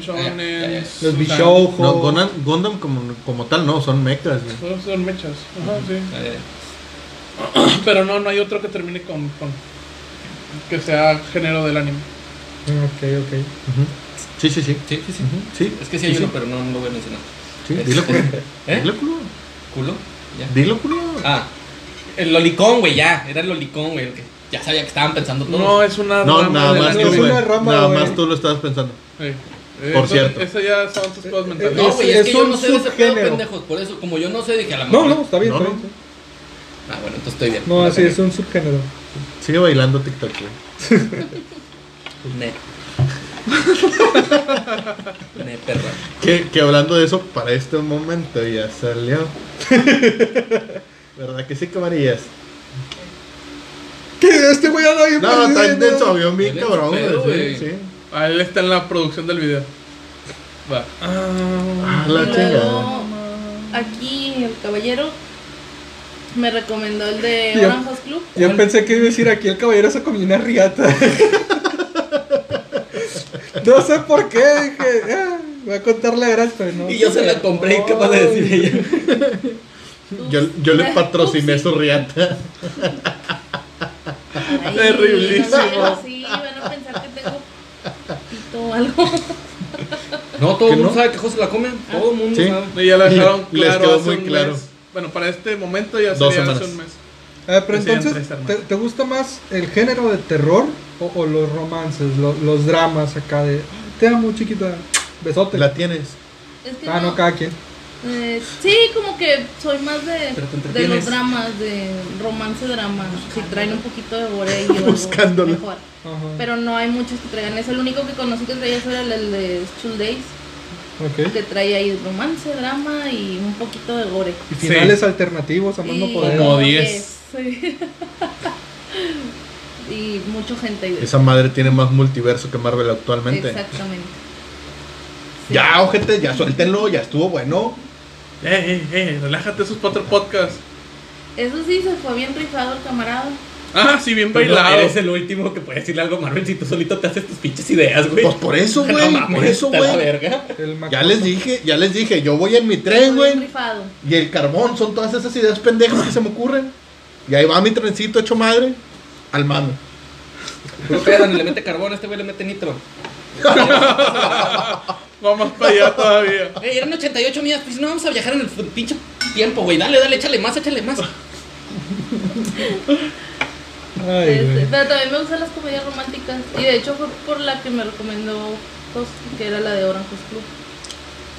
E: Shonen, ya, ya,
C: shonen,
E: ya.
A: los
C: show
A: Bishoujo.
B: no, Gundam, Gundam como, como tal no, son mechas. güey.
C: Son mechas. Ajá, sí.
E: Eh,
C: Pero no, no hay otro que termine con. con- que sea género del anime.
A: Mm, Ok, ok.
B: Ujú. Sí, sí, sí.
E: Sí, sí, sí.
B: Ujú. Sí,
E: Es que sí
B: sí,
E: hay
B: sí.
E: uno, pero no, no lo voy a mencionar.
B: Sí, dilo, culo.
E: ¿Eh?
B: Dilo, culo.
E: ¿Culo? Ya.
B: Dilo, culo.
E: Ah, el lolicón, güey, ya. Era el lolicón, güey. el que Ya sabía que estaban pensando todos.
C: No, es una.
B: No,
C: rama
B: nada
C: del
B: más
A: anime.
B: tú,
A: Es
B: güey.
A: una rama,
B: Nada
A: güey.
B: más tú lo estabas pensando.
C: Sí.
B: Por
C: Eso-
B: cierto.
C: Eso ya son tus cosas mentales.
E: No, güey, es,
A: Eh, Es-
E: que
A: es
E: yo
A: un
E: no sé de ese pedo,
A: subgénero.
E: pendejos. Por eso, como yo no sé, dije a la
A: No,
E: mejor-
A: no, está bien,
B: No,
A: está
B: no.
A: bien.
E: Ah, bueno, entonces estoy bien.
A: No, así es un subgénero.
B: Sigue bailando TikTok, güey.
E: Ne. ne, perra.
B: Que, que hablando de eso, para este momento ya salió. ¿Verdad que sí, camarillas?
A: Que este güey anda bien
B: No, está
A: perdido.
B: intenso, avión bien
E: Él es
B: cabrón,
E: pedo,
B: güey.
E: güey.
B: Sí, sí.
C: Ah, él está en la producción del video. Va.
B: Ah,
D: Y
B: la chingada.
D: luego, aquí el caballero me recomendó el de
A: Yo-
D: Orange House Club.
A: Yo pensé que iba a decir aquí el caballero se comió una riata. no sé por qué, dije, "Ah, voy a contarle gracias, pero no.
E: Y yo se la compré, ¿qué capaz de decir ella?
B: Yo, yo le patrociné su riata.
C: Terriblísimo.
D: Sí, van a pensar que tengo pito o algo.
E: No, todo
B: ¿Que
E: el mundo
B: no?
E: sabe que José la come. Todo el mundo
B: Sí.
E: sabe.
C: Y ya la dejaron
B: Les
C: claro
B: quedó
C: hace
B: muy
C: un
B: claro.
C: mes. Bueno, para este momento ya
B: Dos
C: sería hace
B: semanas.
C: un mes.
A: Ah, pero
C: Decían
A: entonces,
C: tres hermanos.
A: ¿te, te gusta más el género de terror o, o los romances, lo- los dramas acá de... "Ay, Te amo, chiquita. Besote.
B: La tienes.
D: Es que
A: Ah, no,
D: no,
A: cada quien.
D: eh, sí, como que soy más de,
E: Pero
D: de
E: te entretienes.
D: los dramas, de romance drama. Si traen un poquito de bore y algo
B: Buscándolo.
D: mejor.
A: Ajá.
D: Pero no hay muchos que traigan eso. El único que conocí que traía eso era el de School Days,
A: ok.
D: que traía ahí romance, drama y un poquito de gore.
A: Y finales alternativos, a más no
D: Y-
A: poder.
B: Como
D: que-
B: 10.
D: sí. y mucha gente. ahí.
B: Esa madre tiene más multiverso que Marvel actualmente.
D: Exactamente. Sí.
B: Ya, ojete, ya suéltenlo, ya estuvo bueno.
C: Eh, eh, eh, relájate esos cuatro podcasts.
D: Eso sí, se fue bien rifado el camarada.
C: Ah, sí, bien
E: Bailado.
C: bailado.
E: Eres el último que puede decirle algo a Marvel si tú solito te haces tus pinches ideas, güey.
B: Pues por eso,
E: No
B: güey.
E: mames,
B: por eso,
E: está la
B: güey.
E: verga.
A: El
B: Ya
A: Macondo.
B: les dije, ya les dije, yo voy en mi
D: Se
B: tren,
D: fue
B: güey.
D: Bien rifado.
B: Y el carbón son todas esas ideas pendejas que se me ocurren. Y ahí va mi trencito hecho madre al mando.
E: No pedo, ni le mete carbón, a este güey le mete nitro.
C: Vamos para allá todavía.
E: Ey, Eh, eran 88 millas, pues no vamos a viajar en el fu- pinche tiempo, güey. Dale, dale, échale más, échale más.
A: Ay,
D: Este,
A: güey.
D: pero también me gustan las comedias románticas. Y de hecho fue por la que me recomendó Jos, que era la de Orange House Club.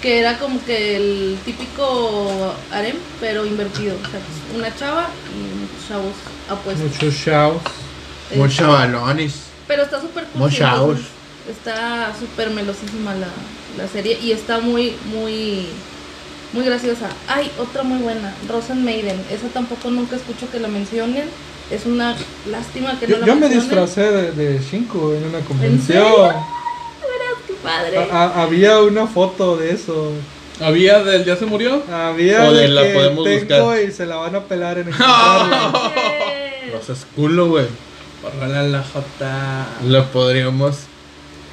D: Que era como que el típico harem, pero invertido. O sea, pues, una chava y muchos chavos apuestos.
A: Muchos shows.
D: Eh,
B: Muchos chavalones.
D: Pero está súper cursi,
B: Muchos chavos.
D: entonces, Está súper melosísima la, la serie y está muy, muy, muy graciosa. Hay otra muy buena, Rosen Maiden. Esa tampoco nunca escucho que la mencionen. Es una lástima que no
A: Yo,
D: la
A: yo me
D: mencionen.
A: disfracé de, de Shinko en una
D: serio?
A: convención.
D: ¡Qué padre!
A: A- a- había una foto de eso.
C: Había del ya se murió.
A: Había
B: O de
A: de
B: la
A: que
B: podemos
A: tengo
B: buscar.
A: y se la van a pelar en el ah,
B: No seas culo, güey.
C: Bórrala la jota.
B: Lo podríamos.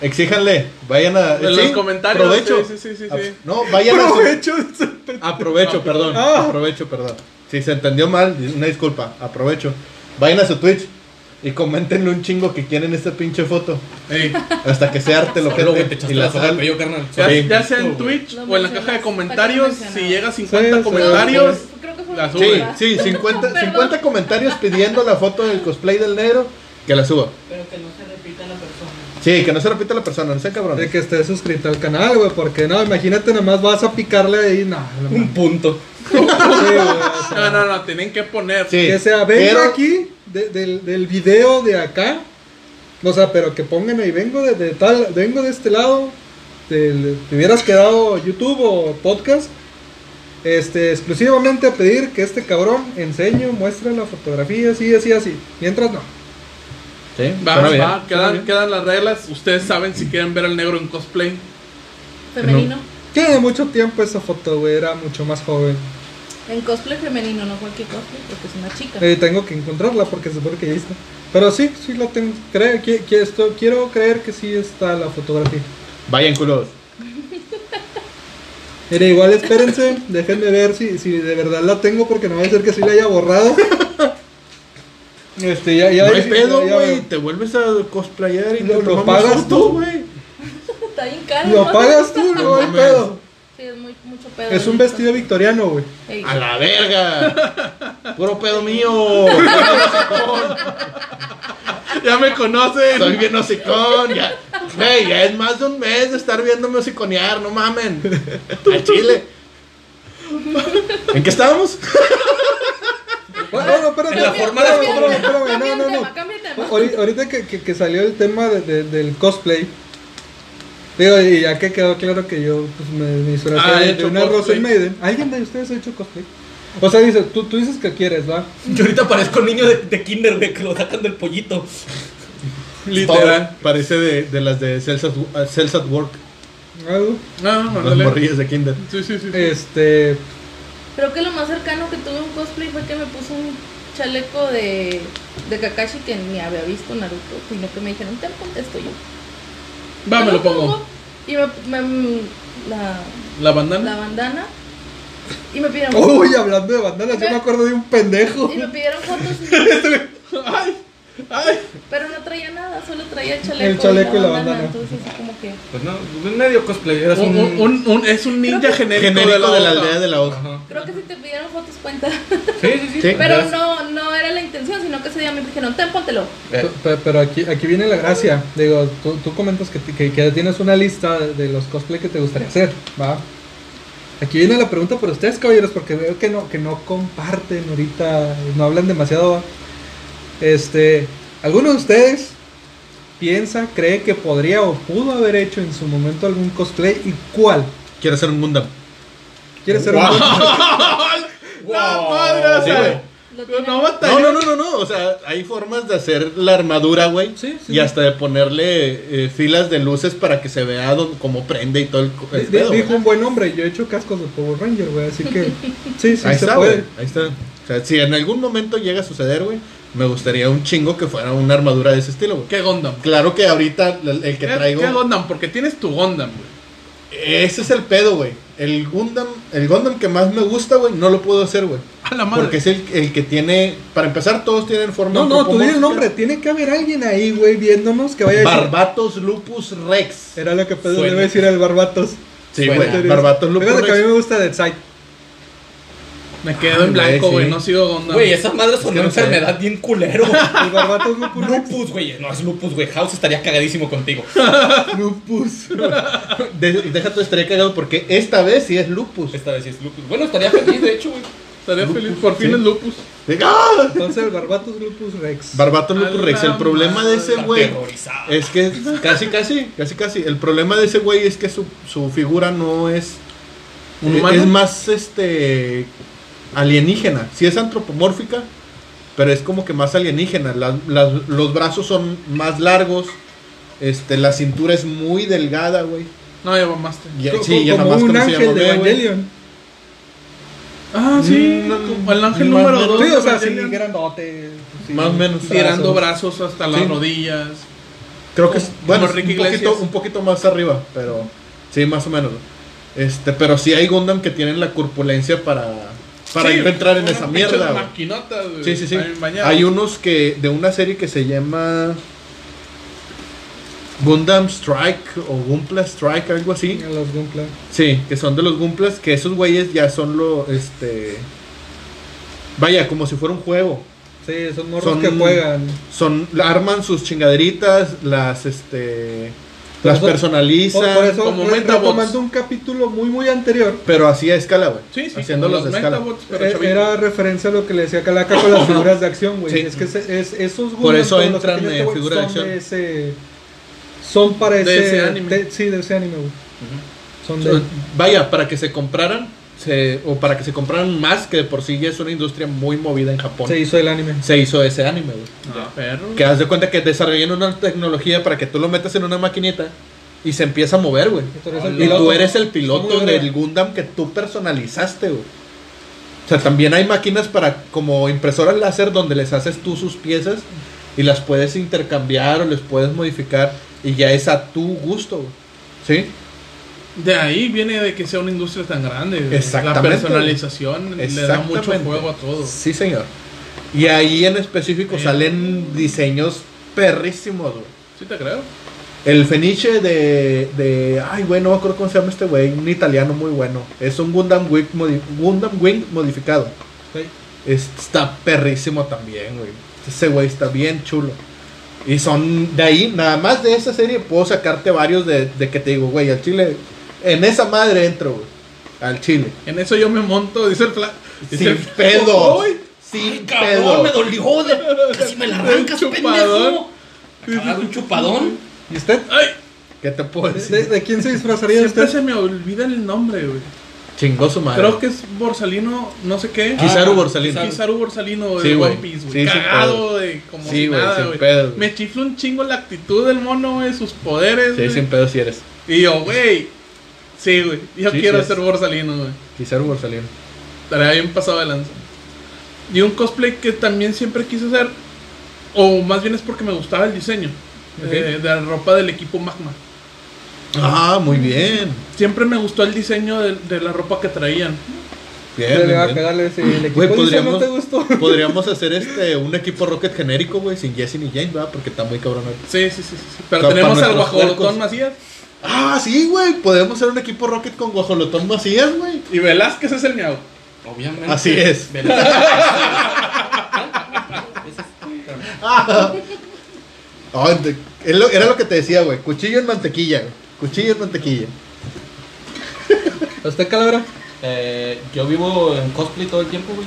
B: Exíjanle, vayan a.
C: En los
B: sí,
C: comentarios,
B: Provecho. Ah,
C: sí, sí, sí, sí,
B: Ap-
C: sí.
B: No, vayan a.
A: Aprovecho de ser pendejo.
B: Aprovecho, perdón.
A: Ah.
B: Aprovecho, perdón. Si se entendió mal, una disculpa. Aprovecho. Vayan a su Twitch y coméntenle un chingo que quieren esta pinche foto.
C: Ey,
B: Hasta que se arte lo que
E: Luego, güey, te echaste la soga al cuello, carnal.
C: ya,
B: Sí.
C: ya sea en
E: Esto,
C: Twitch
D: güey.
C: o en
D: Lo
C: la caja de
D: mencionas,
C: comentarios,
D: para que
C: si
D: lo
C: llega a 50
A: Sí, sí.
C: comentarios,
D: creo que fue
C: la
D: una
C: sube.
B: Sí,
D: chava.
B: sí, 50,
D: Perdón.
B: 50 comentarios pidiendo la foto del cosplay del negro que la suba.
F: Pero que no se repita la persona.
B: Sí, que no se repita la persona, no sean
A: De
B: cabrones.
A: que estés suscrito al canal, güey, porque no, imagínate, nomás vas a picarle ahí, no, la
E: Un
A: madre.
E: punto.
A: Sí, güey, o sea,
C: No, no, no, tienen que poner.
B: Sí.
A: Que sea, venga
B: Pero-
A: aquí de- del, del video de acá, o sea, pero que pongan ahí, vengo de, de tal, vengo de este lado, del- te hubieras quedado YouTube o podcast, este, exclusivamente a pedir que este cabrón enseñe, muestre la fotografía, así, así, así, mientras no.
B: Sí, suena
C: Va, va,
B: bien, suena
C: quedan,
B: bien.
C: quedan las reglas. Ustedes saben si quieren ver al negro en cosplay.
D: Femenino.
A: Tiene mucho tiempo esa foto, güey, era mucho más joven.
D: En cosplay femenino, no cualquier cosplay, porque es una chica.
A: Eh, tengo que encontrarla porque se supone que ya está. Pero sí, sí la tengo. Creo, que, que esto, quiero creer que sí está la fotografía.
B: Vayan culos.
A: Mira, igual espérense, déjenme ver si, si de verdad la tengo porque no va a ser que sí la haya borrado. Este, ya, ya,
B: no hay
A: ya-
B: pedo,
A: ya
B: güey.
A: veo.
B: Te vuelves a cosplayar y
A: Lo-
B: te
A: lo
B: tomamos
A: pagas
B: foto,
A: tú.
B: güey.
D: Está bien cara.
A: Lo
D: ¿no?
A: pagas tú, no hay
B: mames.
A: pedo.
D: Sí, es muy, mucho pedo.
A: Es un vestido victoriano, güey.
D: Ey.
B: A la verga. Puro pedo mío.
C: Ya me conocen.
B: Soy bien hocicón. Ya, güey, ya es más de un mes de estar viéndome hociconear, no mamen. Al chile. ¿En qué estábamos?
A: Bueno, no, espérate.
E: En la forma de
A: espérame,
E: cómo-
A: espérame, espérame,
D: Cambia
A: No,
D: el
A: no, no.
D: tema, cambia el tema.
A: Ahori- Ahorita que, que- que salió el tema de- de- del cosplay, digo, y ya que quedó claro que yo pues, me, me disfracé
C: Ah, he
A: de- de
C: hecho
A: una
C: cosplay.
A: Rosen Maiden, ¿alguien de ustedes ha hecho cosplay? O sea, dice, tú, tú dices que quieres, ¿va?
E: Yo ahorita parezco el niño de, de Kinder, güey, que lo sacan del pollito.
C: Literal.
B: Parece de, de las de Cells at, uh, Cells at Work.
A: Algo.
C: No,
B: Las
C: ándale.
B: morrillas de Kinder.
C: Sí, sí, sí. sí.
A: Este.
D: Creo que lo más cercano que tuve a un cosplay fue que me puse un chaleco de, de Kakashi que ni había visto Naruto, sino que me dijeron, te lo contesto yo.
C: Va, me lo
D: pongo.
C: pongo.
D: Y me, me- la,
C: La bandana.
D: la bandana. Y me pidieron,
A: Uy, hablando de bandanas, yo me acuerdo de un pendejo.
D: y me pidieron fotos,
C: Ay, ay.
D: pero no traía nada, solo traía el chaleco.
A: El chaleco y la bandana.
D: Entonces así como que...
E: Pues no, un medio cosplay. Eras un.
C: Un- un- un- un- es un ninja genérico,
B: Genérico
C: de la, hoja.
B: aldea de la hoja.
E: Ajá.
D: Creo que si te pidieron fotos cuenta.
E: Sí, sí, sí.
B: Sí.
D: Pero
E: Ya.
D: no, no era la intención, sino que ese día me dijeron, ten, póntelo.
E: Eh,
A: Pe- pe- Pero aquí, aquí viene la gracia. Digo, tú, tú comentas que, te- que, que tienes una lista de, de los cosplay que te gustaría hacer, ¿va? Aquí viene la pregunta por ustedes, caballeros, porque veo que no, que no comparten ahorita, no hablan demasiado. ¿va? Este, ¿alguno de ustedes piensa, cree que podría o pudo haber hecho en su momento algún cosplay y cuál?
B: Quiero hacer un Gundam.
A: ¿Quieres ser un
C: La
E: Wow.
C: madre, o
B: Sí,
C: sea,
B: güey.
D: Lo
C: pero
D: tienen.
C: no batalló.
B: No, no, no, no, no. O sea, hay formas de hacer la armadura, güey.
A: Sí, sí,
B: Y
A: sí.
B: hasta de ponerle eh, filas de luces para que se vea don- cómo prende y todo el, co- el
A: Di- di-
B: pedo, güey.
A: Dijo un buen hombre, yo he hecho cascos de Power Ranger, güey, así que sí, sí
B: Ahí
A: se
B: está,
A: puede.
B: güey, Ahí está. O sea, si en algún momento llega a suceder, güey, me gustaría un chingo que fuera una armadura de ese estilo, güey.
C: ¿Qué Gondam?
B: Claro que ahorita el, el que
C: ¿Qué-
B: traigo.
C: ¿Qué Gondam? Porque tienes tu Gondam, güey.
B: Ese es el pedo, güey. El Gundam, el Gundam que más me gusta, güey, no lo puedo hacer, güey.
C: A la madre.
B: Porque es el, el que tiene. Para empezar, todos tienen forma.
A: No, no, tú di el
B: antropomórfica.
A: nombre. Tiene que haber alguien ahí, güey, viéndonos que vaya a decir.
B: Barbatos Lupus Rex.
A: Era lo que Pedro
E: Suena.
A: le iba a decir al Barbatos.
B: Sí,
E: Suena.
B: güey. Barbatos
A: Fíjate
B: Lupus
A: que a mí
B: Rex.
A: me gusta Dead Side.
C: Me quedo en
B: Ay, güey,
C: blanco, güey.
B: sí.
C: No sigo Gondam.
E: Güey, esa madre es
B: que
E: una
B: no sé.
E: enfermedad bien culero.
A: El Barbatos Lupus Rex.
E: Lupus, güey. No es lupus, güey. House estaría cagadísimo contigo.
B: Lupus. De- deja tu estrella cagado porque esta vez sí es Lupus.
E: Esta vez sí es lupus. Bueno, estaría feliz, de hecho, güey.
C: Estaría
B: Lupus,
C: feliz. Por fin
B: sí.
C: es lupus.
B: ¡Ah!
A: Entonces, el Barbatos Lupus Rex.
B: Barbatos
C: A
B: Lupus
C: la
B: Rex. El problema de ese
E: Está
B: güey
E: aterrorizado.
B: es que casi, casi, casi, casi. El problema de ese güey es que su, su figura no es.
C: ¿Un
B: eh,
C: humano?
B: Es más este. alienígena. Sí es antropomórfica, pero es como que más alienígena. Las- las- los brazos son más largos. Este, la cintura es muy delgada, güey.
C: No, ya mamaste.
B: Ya-
A: Co-
B: sí,
A: co-
B: ya
A: como
B: nomás
A: un
B: cómo se
A: ángel de
B: llamaba, güey.
A: Evangelion.
C: Ah, sí.
B: Mm, no,
C: como el ángel
B: no,
C: número
B: no,
C: dos.
A: Sí, o sea, sí,
C: Evangelion.
A: grandote. pues, sí.
B: Más o menos. ah,
C: Tirando brazos hasta las
B: Sí.
C: rodillas.
B: Creo que es,
C: Como
B: bueno,
C: Ricky
B: un poquito,
C: Iglesias.
B: un poquito más arriba, pero sí, más o menos. Este, pero sí hay Gundam que tienen la corpulencia para, para
C: Sí,
B: yo entrar en
C: unas
B: esa
C: pinches
B: mierda. güey.
C: maquinotas, güey,
B: Sí, sí, sí.
C: también bañadas.
B: Hay unos que de una serie que se llama Gundam Strike o Gumpla Strike, algo así.
A: A los Gumpla.
B: Sí, que son de los Gumplas, que esos güeyes ya son lo, este, vaya, como si fuera un juego.
A: Sí, son morros
B: Son-
A: que juegan.
B: son la- arman sus chingaderitas, las este
A: Por
B: las
A: eso-
B: personalizan,
A: Por, por eso,
C: como
A: re-
C: Metabots.
A: retomando un capítulo muy, muy anterior,
B: pero así a escala, güey.
C: Sí, sí.
B: haciéndolos
C: como
B: de
C: los
B: escala.
C: Metabots, pero
A: eh,
C: chavitos.
A: era referencia a lo que le decía Calaca con las figuras de acción, güey.
B: Sí.
A: Es que se- es- esos
B: Por eso
A: todos los
B: entran,
A: pequeños
B: eh,
A: que, güey,
B: figuras de
A: son
B: acción.
A: ese- son para
C: De
A: ese,
C: ese anime.
A: de- sí, de ese anime, güey. Son de.
B: So- Vaya, para que se compraran se- o para que se compraran más que de por sí ya es una industria muy movida en Japón.
A: Se hizo el anime.
B: Se hizo ese anime, güey.
C: Ah, perro.
B: Que haz de cuenta que desarrollan una tecnología para que tú lo metas en una maquinita y se empieza a mover, güey.
A: Y tú eres el
B: Ah, Y tú
A: piloto.
B: eres el
A: Está
B: piloto
A: muy verga.
B: del Gundam que tú personalizaste, güey. O sea, también hay máquinas para como impresoras láser donde les haces tú sus piezas y las puedes intercambiar o les puedes modificar y ya es a tu gusto, güey. ¿Sí?
C: De ahí viene de que sea una industria tan grande. güey. La
B: Exactamente.
C: personalización le da mucho
B: Exactamente.
C: juego a todo.
B: Sí, señor. Y ahí en específico
C: Sí.
B: salen diseños perrísimos, güey.
C: Sí, te creo.
B: El Feniche de, de. Ay, güey, no me acuerdo cómo se llama este güey. Un italiano muy bueno. Es un Gundam Wing, modi- Gundam Wing modificado.
A: Sí.
B: Es- está perrísimo también, güey. Ese güey está bien chulo. Y son de ahí, nada más de esa serie, puedo sacarte varios de, de que te digo, güey, al chile. En esa madre entro, güey. Al chile.
C: En eso yo me monto, dice el fla. dice
B: Sin
C: el-
B: pedo.
C: ¡Ay!
B: Sin
E: Cabrón,
B: pedo.
E: me dolió. De... Casi me la arrancas,
C: Un
E: pendejo.
C: chupadón.
E: Acabado un chupadón.
A: ¿Y usted?
C: ¡Ay!
B: ¿Qué te puedo
A: ¿De,
B: decir?
A: de quién se disfrazaría
C: Siempre
A: usted?
C: se me olvida el nombre, güey.
B: Chingó su madre.
C: Creo que es Borsalino, no sé qué.
E: Ah,
B: Kizaru Borsalino.
E: Kizaru.
C: Kizaru Borsalino de
B: Sí, güey.
C: One Piece,
B: Sí,
C: güey.
B: sin
C: Cagado
B: pedo.
C: de como
B: Sí,
C: si
B: güey,
C: nada,
B: sin
C: güey.
B: pedo, güey.
C: Me chifla un chingo la actitud del mono, güey, sus poderes.
B: Sí,
C: güey.
B: sin pedo si eres.
C: Y yo, güey. Sí, güey. Yo
B: Sí,
C: quiero
B: sí es.
C: ser Borsalino, güey.
B: Kizaru Borsalino.
C: Estaría bien pasado de lanza. Y un cosplay que también siempre quise hacer, o más bien es porque me gustaba el diseño
B: Ok.
C: eh, de la ropa del equipo Magma.
B: Ah, muy bien.
C: Siempre me gustó el diseño de, de la ropa que traían.
B: Bien,
A: Le va a
B: bien.
A: cagarle si el equipo
B: Güey,
A: dice no
B: podríamos,
A: te gustó.
B: podríamos hacer este un equipo Rocket genérico, güey, sin Jesse ni James, ¿verdad? Porque está muy cabrón. el-
C: Sí, sí, sí. sí, sí. Pero
B: Para-
C: tenemos
B: para
C: al
B: nuestros puercos.
C: guajolotón Macías.
B: Ah, sí, güey. Podemos hacer un equipo Rocket con Guajolotón Macías, güey.
C: Y Velázquez es el miau.
E: Obviamente.
B: Así es. Ah, Ah, ente- es lo- era lo que te decía, güey. Cuchillo en mantequilla, güey. Cuchillo en mantequilla.
A: ¿A ¿Usted calabra?
E: Eh, yo vivo en cosplay todo el tiempo, güey.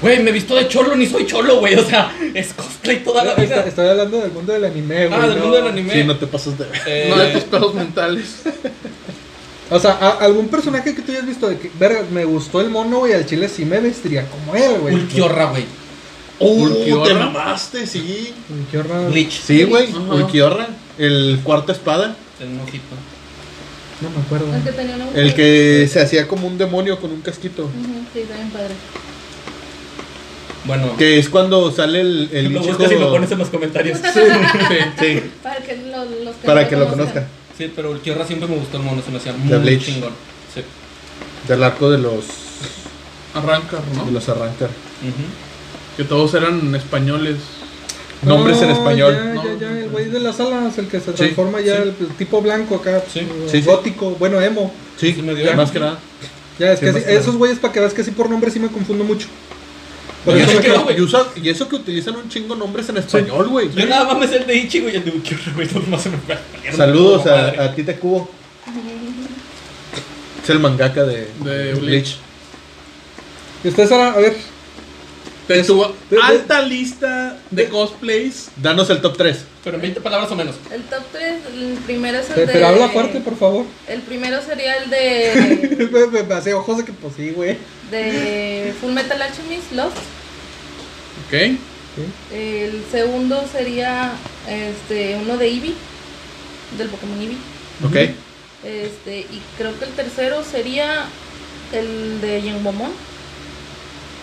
E: Güey, me visto de cholo, ni soy cholo, güey. O sea, es cosplay toda la
A: Está-
E: vida.
A: Estoy hablando del mundo del anime, güey.
E: Ah, del
A: no.
E: mundo del anime.
B: Si no te pasas de.
E: Eh,
C: No de tus pedos mentales.
A: O sea, a- algún personaje que tú hayas visto de que, verga, me gustó el mono, güey, al chile sí me vestiría como él, güey.
E: Ulquiorra, güey.
B: ¡Uh!
C: Ulquiorra.
B: Te mamaste, sí.
A: Ulquiorra.
E: Bleach.
B: Sí, güey.
C: Ajá.
B: Ulquiorra. El cuarta espada.
E: Tengo un ojito.
A: No me acuerdo.
D: El que tenía una
B: El que se hacía como un demonio con un casquito.
D: Ujú, sí, también padre.
E: Bueno,
B: Que es cuando sale el, el
E: lo
B: Ichigo-
E: buscas y lo pones en los comentarios.
B: Sí,
D: Para que lo, los que
B: para
D: no
B: que lo conozca.
E: Sí, pero Ulquiorra siempre me gustó el mono, se me hacía
B: De
E: muy
B: Bleach.
E: chingón. Sí.
B: Del arco de los
C: Arrancar,
B: de
C: ¿no?
B: los arrancar.
E: Ujú.
C: Que todos eran españoles.
B: Nombres en
A: No,
B: español.
A: Ya,
C: No,
A: ya,
C: no,
A: ya, el
C: no.
A: güey de las alas, el que se
B: Sí,
A: transforma ya,
B: sí.
A: el tipo blanco acá,
E: Sí,
A: eh,
B: sí, sí.
A: gótico, bueno, emo.
B: Sí,
E: Sí, me dio.
B: más que nada.
A: Ya, es
B: Sí,
A: que
B: más
A: sí-
B: o menos.
A: esos güeyes, para que veas que sí por nombre sí me confundo mucho. Por
E: Ya
A: eso
E: se
A: me
E: quedó,
A: quedo-
E: güey.
B: Y, usa- y eso que utilizan un chingo nombres en español, güey.
E: Yo nada más me sé el de Ichigo y el de Ulquiorra, güey. Todo más se me fue.
B: Saludos
E: Como madre.
B: a, a Tite Cubo. Es el mangaka de,
C: De Bleach.
A: Y usted, Sara, a ver,
C: Te tuvo
A: de- de-
C: alta lista de cosplays.
B: Danos el top 3.
E: Pero en 20 palabras o menos.
D: El top 3, el primero es el
A: pe-
D: de.
A: eh, pero habla fuerte, por favor.
D: El primero sería el de.
A: me, me- me hace ojos de que, pues sí, güey.
D: de Full Metal Alchemist, Lost.
C: Ok.
D: El segundo sería este uno de Eevee, del Pokémon Eevee.
B: ¿Ok?
D: Este, y creo que el tercero sería el de Yengomon.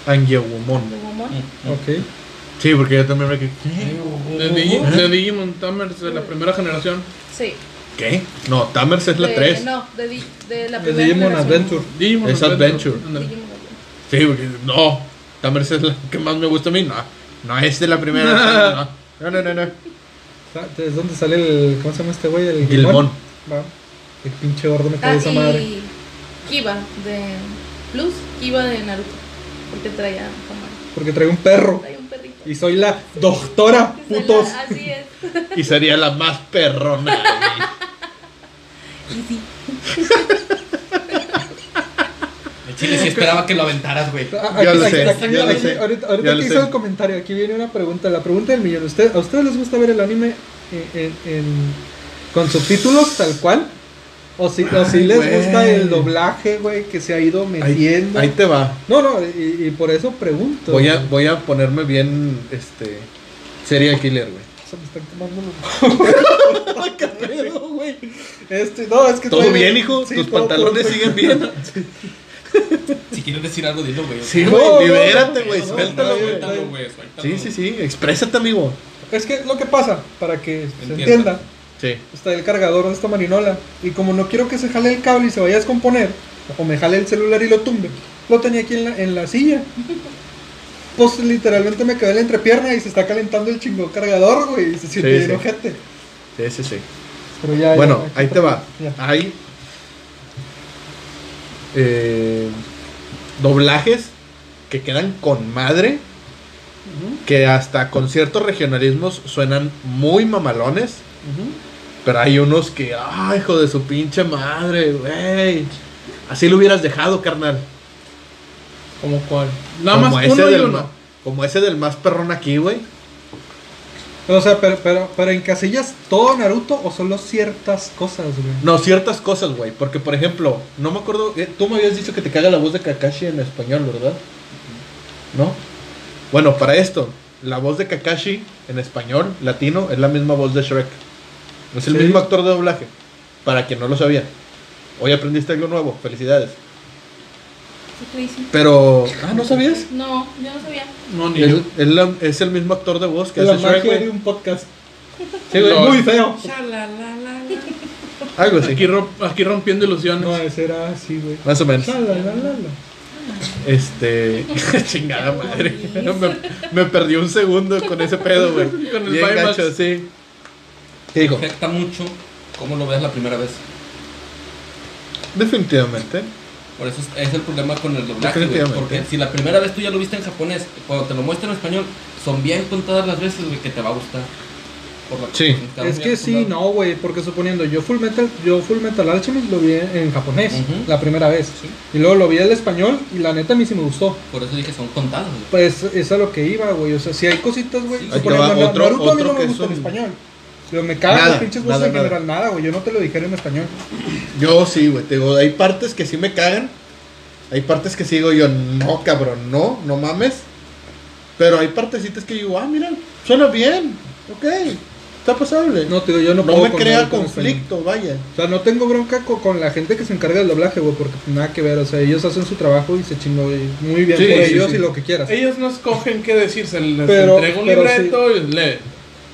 B: Angiowomon.
A: Mm.
D: Yengomon.
B: Ah.
A: Ok.
B: Sí, porque yo también me quedé. ¿Qué?
C: De, Digi- de Digimon Tamers de la primera generación.
D: Sí.
B: ¿Qué? No, Tamers es la
D: de-
B: 3.
D: No, de, di- de la
A: El
D: primera
A: Digimon
D: generación.
A: Adventure.
C: Digimon
B: Es Adventure.
C: Ándale.
D: Digimon Adventure.
B: Sí, porque no. Tamers es la que más me gusta a mí. No, no es de la primera. no. no, no, no, no.
A: Sa- Ah, ¿Es donde sale el. ¿Cómo se llama este güey? El
B: Gilmón.
A: Va. El pinche gordo me
D: Ah,
A: cae esa madre.
D: y Kiba de Plus, Kiba de Naruto. Porque traía cámara.
A: Porque traigo un perro.
D: Traía un perrito.
A: Y soy la doctora,
D: Que se la-
A: putos.
D: Así es.
B: Y sería la más perrona. güey.
D: Y sí.
E: El chile sí esperaba que lo aventaras, güey.
A: Ah,
B: Ya
A: aquí-
B: lo
A: aquí-
B: sé,
A: aquí-
B: ya lo
A: aquí-
B: sé,
A: Ahorita,
B: ya
A: ahorita
B: lo
A: que
B: sé.
A: hizo el comentario, aquí viene una pregunta, la pregunta del millón. ¿Usted, ¿A ustedes les gusta ver el anime en- en- en- con subtítulos tal cual? ¿O si, o si les
B: güey.
A: gusta el doblaje, güey, que se ha ido
B: Ahí,
A: metiendo?
B: ahí te va.
A: No, no, y, y por eso pregunto.
B: Voy a, voy a ponerme bien, este, serial killer, güey.
A: Se me están quemando los... ¿Qué pedo, güey? Este, no, es que...
B: Todo
A: traigo-
B: bien, hijo.
A: Sí,
B: Tus
A: todo
B: pantalones
A: perfecto.
B: siguen bien.
E: Si quieres decir algo, dilo, güey.
B: Sí,
A: No,
B: güey.
A: no,
B: libérate, güey.
A: no,
B: suéltalo,
A: no,
B: güey.
A: no,
E: Suéltalo, güey. suéltalo.
B: Sí, sí, sí. Exprésate, amigo.
A: Es que lo que pasa, para que se
E: Entiendo.
A: entienda,
B: Sí.
A: está el cargador de esta marinola. Y como no quiero que se jale el cable y se vaya a descomponer, o me jale el celular y lo tumbe, lo tenía aquí en la, en la silla. Pues literalmente me quedé en la entrepierna y se está calentando el chingo cargador, güey. Y se siente
B: Sí,
A: bien
B: sí.
A: ojete.
B: Sí, sí, sí.
A: Pero ya, ya,
B: Bueno,
A: aquí
B: ahí te va.
A: Ya.
B: Hay eh, doblajes que quedan con madre, que hasta con ciertos regionalismos suenan muy mamalones, pero hay unos que, ¡ay, hijo de su pinche madre, güey! Así lo hubieras dejado, carnal.
C: ¿Como cuál? Nada
B: Como
C: más
B: ese
C: uno y
B: del
C: uno.
B: ma- Como ese del más perrón aquí, güey.
A: O sea, pero, pero, pero encasillas todo Naruto o solo ciertas cosas, güey.
B: No, ciertas cosas, güey. Porque, por ejemplo, no me acuerdo. eh, tú me habías dicho que te caga la voz de Kakashi en español, ¿verdad? ¿No? Bueno, para esto, la voz de Kakashi en español, latino, es la misma voz de Shrek. Es el
A: Sí.
B: mismo actor de doblaje. Para quien no lo sabía. Hoy aprendiste algo nuevo. Felicidades.
D: ¿Qué te dicen?
B: Pero. Ah, ¿no sabías?
D: No, yo no sabía.
C: No, ni yo.
B: Es, es la- es el mismo actor de voz que
A: la
B: hace Shrek,
A: magia de
B: güey.
A: un podcast.
B: Sí, güey.
C: No.
A: Muy feo.
B: Algo
C: Aquí,
B: así.
C: rom- aquí rompiendo ilusiones.
A: No, ese era así, güey.
B: Más o menos.
A: La, la, la, la, la.
B: Este. Chingada madre. me, me perdí un segundo con ese pedo, güey.
C: Con el
B: Bien
C: Baymax.
B: gacho, sí. ¿Qué dijo?
E: Afecta mucho cómo lo ves la primera vez.
B: Definitivamente.
E: Por eso es, es el problema con el doblaje, güey.
B: Definitivamente.
E: Porque si la primera vez tú ya lo viste en japonés, cuando te lo muestran en español, son bien contadas las veces, güey, que te va a gustar. Por la-
B: Sí.
E: estamos
A: Es
E: muy
A: que sí,
E: acostumbrados.
A: no, güey, porque suponiendo, yo Full Metal, yo Full Metal Alchemist lo vi en, en japonés
E: Ujú.
A: la primera vez.
E: Sí.
A: Y luego lo vi en español y la neta a mí sí me gustó.
E: Por eso dije, son contadas, güey.
A: Pues es a lo que iba, güey. O sea, si hay cositas, güey.
E: Sí,
A: suponiendo,
B: ahí te va
A: na-
B: otro-
A: Naruto a mí
B: otro
A: no me
B: que
A: gusta
B: es
A: en
B: un-
A: español. Pero me cagan
B: Nada,
A: las pinches voces
B: nada,
A: en
B: nada.
A: general, nada, güey. Yo no te lo dijera en español.
B: Yo sí, güey. Te digo, hay partes que sí me cagan. Hay partes que sí digo yo, no, cabrón, no, no mames. Pero hay partecitas que digo, ah, mira, suena bien. Ok, está pasable. No,
A: No, te digo, yo no,
B: me
A: con
B: crea
A: Naruto en español.
B: conflicto, vaya.
A: O sea, no tengo bronca co- con la gente que se encarga del doblaje, güey, porque nada que ver. O sea, ellos hacen su trabajo y se chingó, güey. Muy bien
B: Sí,
A: por
B: sí,
A: ellos
B: sí.
A: y lo que quieras.
C: Ellos no escogen qué decir, se les
A: Pero-
C: entrega un
A: pero
C: libreto y lee.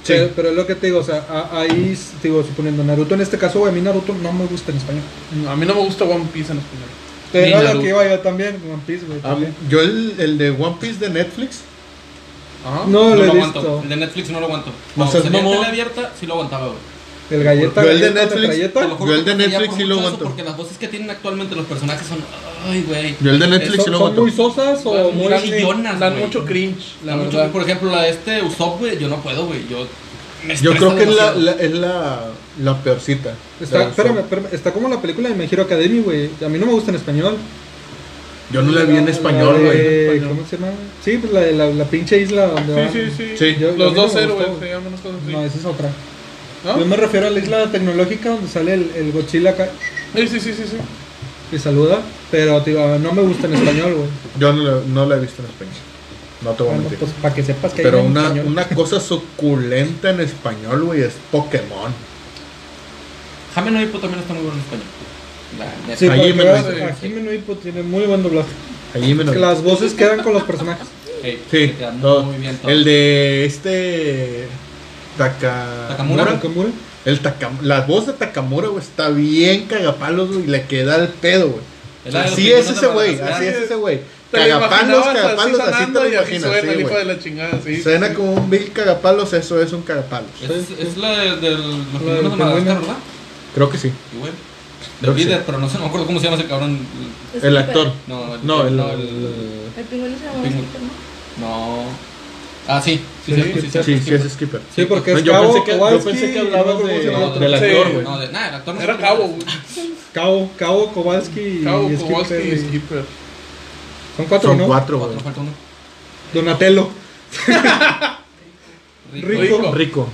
B: Sí.
A: Pero, pero es lo que te digo, o sea, a- ahí, s- te digo, suponiendo Naruto en este caso, güey, a mí Naruto no me gusta en español.
C: A mí no me gusta One Piece en español.
A: Pero a lo
C: Naruto.
A: que iba yo también, One Piece, güey.
B: Ah,
A: también.
B: yo el, el de One Piece de Netflix,
C: Ajá.
A: no, lo
E: No lo,
A: he
E: aguanto.
A: visto.
E: El de Netflix no lo aguanto.
B: No
E: Cuando
B: seas
E: salía en
B: mamón.
E: tele abierta, sí lo aguantaba, güey.
A: El galleta,
B: Yo el de
A: galleta,
B: Netflix.
E: Te lo
A: metralleta.
E: juro
B: Yo
E: que
B: el de
E: prefería por
B: Netflix sí lo
E: mucho eso,
B: aguanto.
E: Porque las voces que tienen actualmente los personajes son. Ay, güey.
B: yo el de Netflix
A: Son,
B: sí
A: son
B: lo aguanto.
A: muy sosas o
E: Son
A: muy...
E: muy chillonas,
C: Dan
E: güey.
C: mucho cringe,
E: La
C: la
E: verdad,
C: mucho
E: por ejemplo, la de este Usopp, güey, yo no puedo, güey. Yo, me
B: Yo
E: estresa
B: creo que es la,
E: demasiado.
B: la- es la, la peorcita.
A: Está,
B: La-
A: espérame, espérame, está como la película de My Hero Academy, güey. A mí no me gusta en español.
B: Yo no la vi en español,
A: de-
C: Eh,
B: güey.
A: ¿Cómo se llama? Sí, pues la de la, la pinche isla donde van.
C: Sí, sí, sí.
B: Sí.
A: Yo- yo a
C: Los
A: mí no
C: dos
A: me
C: héroes,
A: gustó,
C: se
A: güey.
C: llaman las cosas así.
A: No, esa es otra.
B: ¿Ah?
C: ¿No?
A: Yo me refiero a la isla tecnológica donde sale el, el Godzilla acá
C: Sí, sí, sí, sí, sí.
A: y saluda. Pero, te digo, no me gusta en español, güey.
B: Yo no la, no la he visto en español. No te voy a
A: Bueno,
B: mentir.
A: pues para que sepas que hay
B: Pero
A: en
B: una,
A: español.
B: una cosa suculenta en español, güey, es Pokémon.
E: Jame no Hippo también está muy bueno en español. La neta.
A: Sí,
B: Ahí
A: porque
B: me
A: veas,
B: lo
C: hice.
A: a Jimeno Hippo tiene muy buen doblaje.
B: Allí me lo-
A: Que las voces quedan con los personajes.
E: Ey, se
B: Sí,
E: te da
B: todo.
E: muy bien todo.
B: El de este. Taka...
E: Takamura.
B: Mura.
A: Nakamura.
B: El Taka- La voz de Takamura, güey, está bien cagapalos, güey, y le queda el pedo, güey.
E: Es la de los
B: Así es
E: pingüinos
B: ese
E: de
B: güey,
E: Madagascar.
B: así es ese güey.
C: Te lo
B: Cagapalos,
C: imaginabas
B: cagapalos, así te
C: sonando
B: lo
C: y así
B: imaginas,
C: suena
B: sí,
C: el hijo de
B: güey.
C: la chingada, sí.
B: Suena
C: Sí.
B: como un Bill cagapalos, eso es un cagapalos.
E: Es, es la de, de
A: La del
E: los pingüinos de
A: pingüino.
E: Madagascar, ¿verdad?
B: Creo que sí.
E: Igual. De
B: Creo que sí.
E: líder, pero no sé, no me acuerdo cómo se llama ese cabrón.
D: Es
B: El
D: Cooper.
B: actor.
E: No, el,
B: No, el.
E: no,
B: el-
D: El pingüino se llama
E: Pingüino.
D: Cooper, ¿no?
E: no. Ah, sí, sí,
A: Sí,
E: sí, sí,
B: Sí, sí, es Skipper.
A: Sí, porque
B: No,
A: es
B: yo
A: Cabo
B: pensé que- yo
A: Kowalski
B: pensé que
A: y no me
B: hablabas
A: acuerdo cómo se
B: de-
A: llama el otro.
B: del
C: Sí.
B: actor, güey.
E: No, de, nah, el actor no
C: Era
E: sé
C: cabo,
E: quién
C: güey.
A: Cabo, Cabo Kowalski
C: Cabo,
A: y
C: Kowalski
A: Skipper.
C: y
A: y-
C: Skipper.
A: Son cuatro,
B: Son
A: ¿no?
E: es.
B: cuatro, güey.
E: Cuatro, falta uno.
A: Donatello.
E: Rico.
A: Rico.
B: Rico.
E: Rico.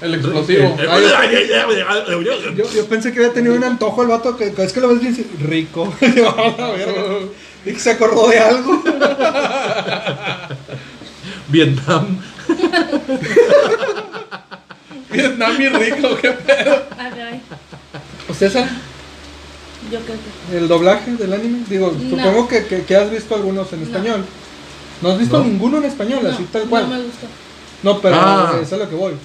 C: El explosivo.
B: Eh,
C: Ay,
A: Yo, yo pensé que había tenido un antojo el vato. Que, que es que lo ves bien sí, rico. Yo, a la verga. Y que se acordó de algo.
B: Vietnam.
C: Vietnam y rico, qué pedo.
D: Ah, caray.
A: ¿Ustedes saben
D: Yo creo que.
A: el doblaje del anime? Digo,
D: No.
A: supongo que, que, que has visto algunos en
D: No.
A: español. No has visto
B: No.
A: ninguno en español, así tal cual.
D: No me gusta.
A: No, pero
B: Ah.
A: es a lo que voy. O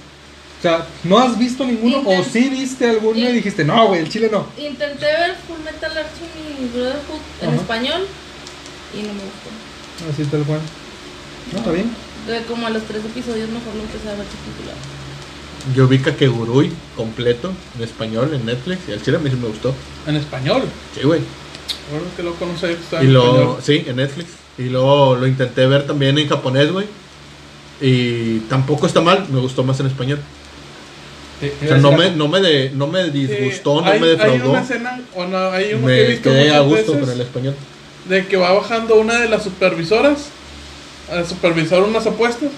A: sea, ¿no has visto ninguno o
D: Intenté.
A: sí viste alguno y
D: Sí.
A: dijiste, no, güey, el chile no?
D: Intenté ver Full Metal Alchemy y Brotherhood en
A: Ajá.
D: español y no me gustó.
A: Así tal cual. No, está bien.
D: De como a los tres episodios mejor lo empecé a ver subtitulado.
B: Yo vi Kakegurui completo en español en Netflix y al chile a mí sí me gustó.
C: En español.
B: Sí, güey.
C: Bueno, es que lo conoce. Está
B: Y
C: en
B: lo
C: español.
B: sí, en Netflix y luego lo intenté ver también en japonés, güey. Y tampoco está mal, me gustó más en español.
E: Te- te
B: O
E: iba
B: sea,
E: a
B: no
E: decir
B: me,
E: algo.
B: no me, de- no me
C: Sí,
B: disgustó, no
C: Eh, hay-
B: me
C: Hay una
B: defraudó.
C: escena, o no, hay uno que he
B: Me
C: visto
B: quedé a
C: muchas
B: gusto
C: veces
B: con el español.
C: de que va bajando una de las supervisoras a supervisar unas apuestas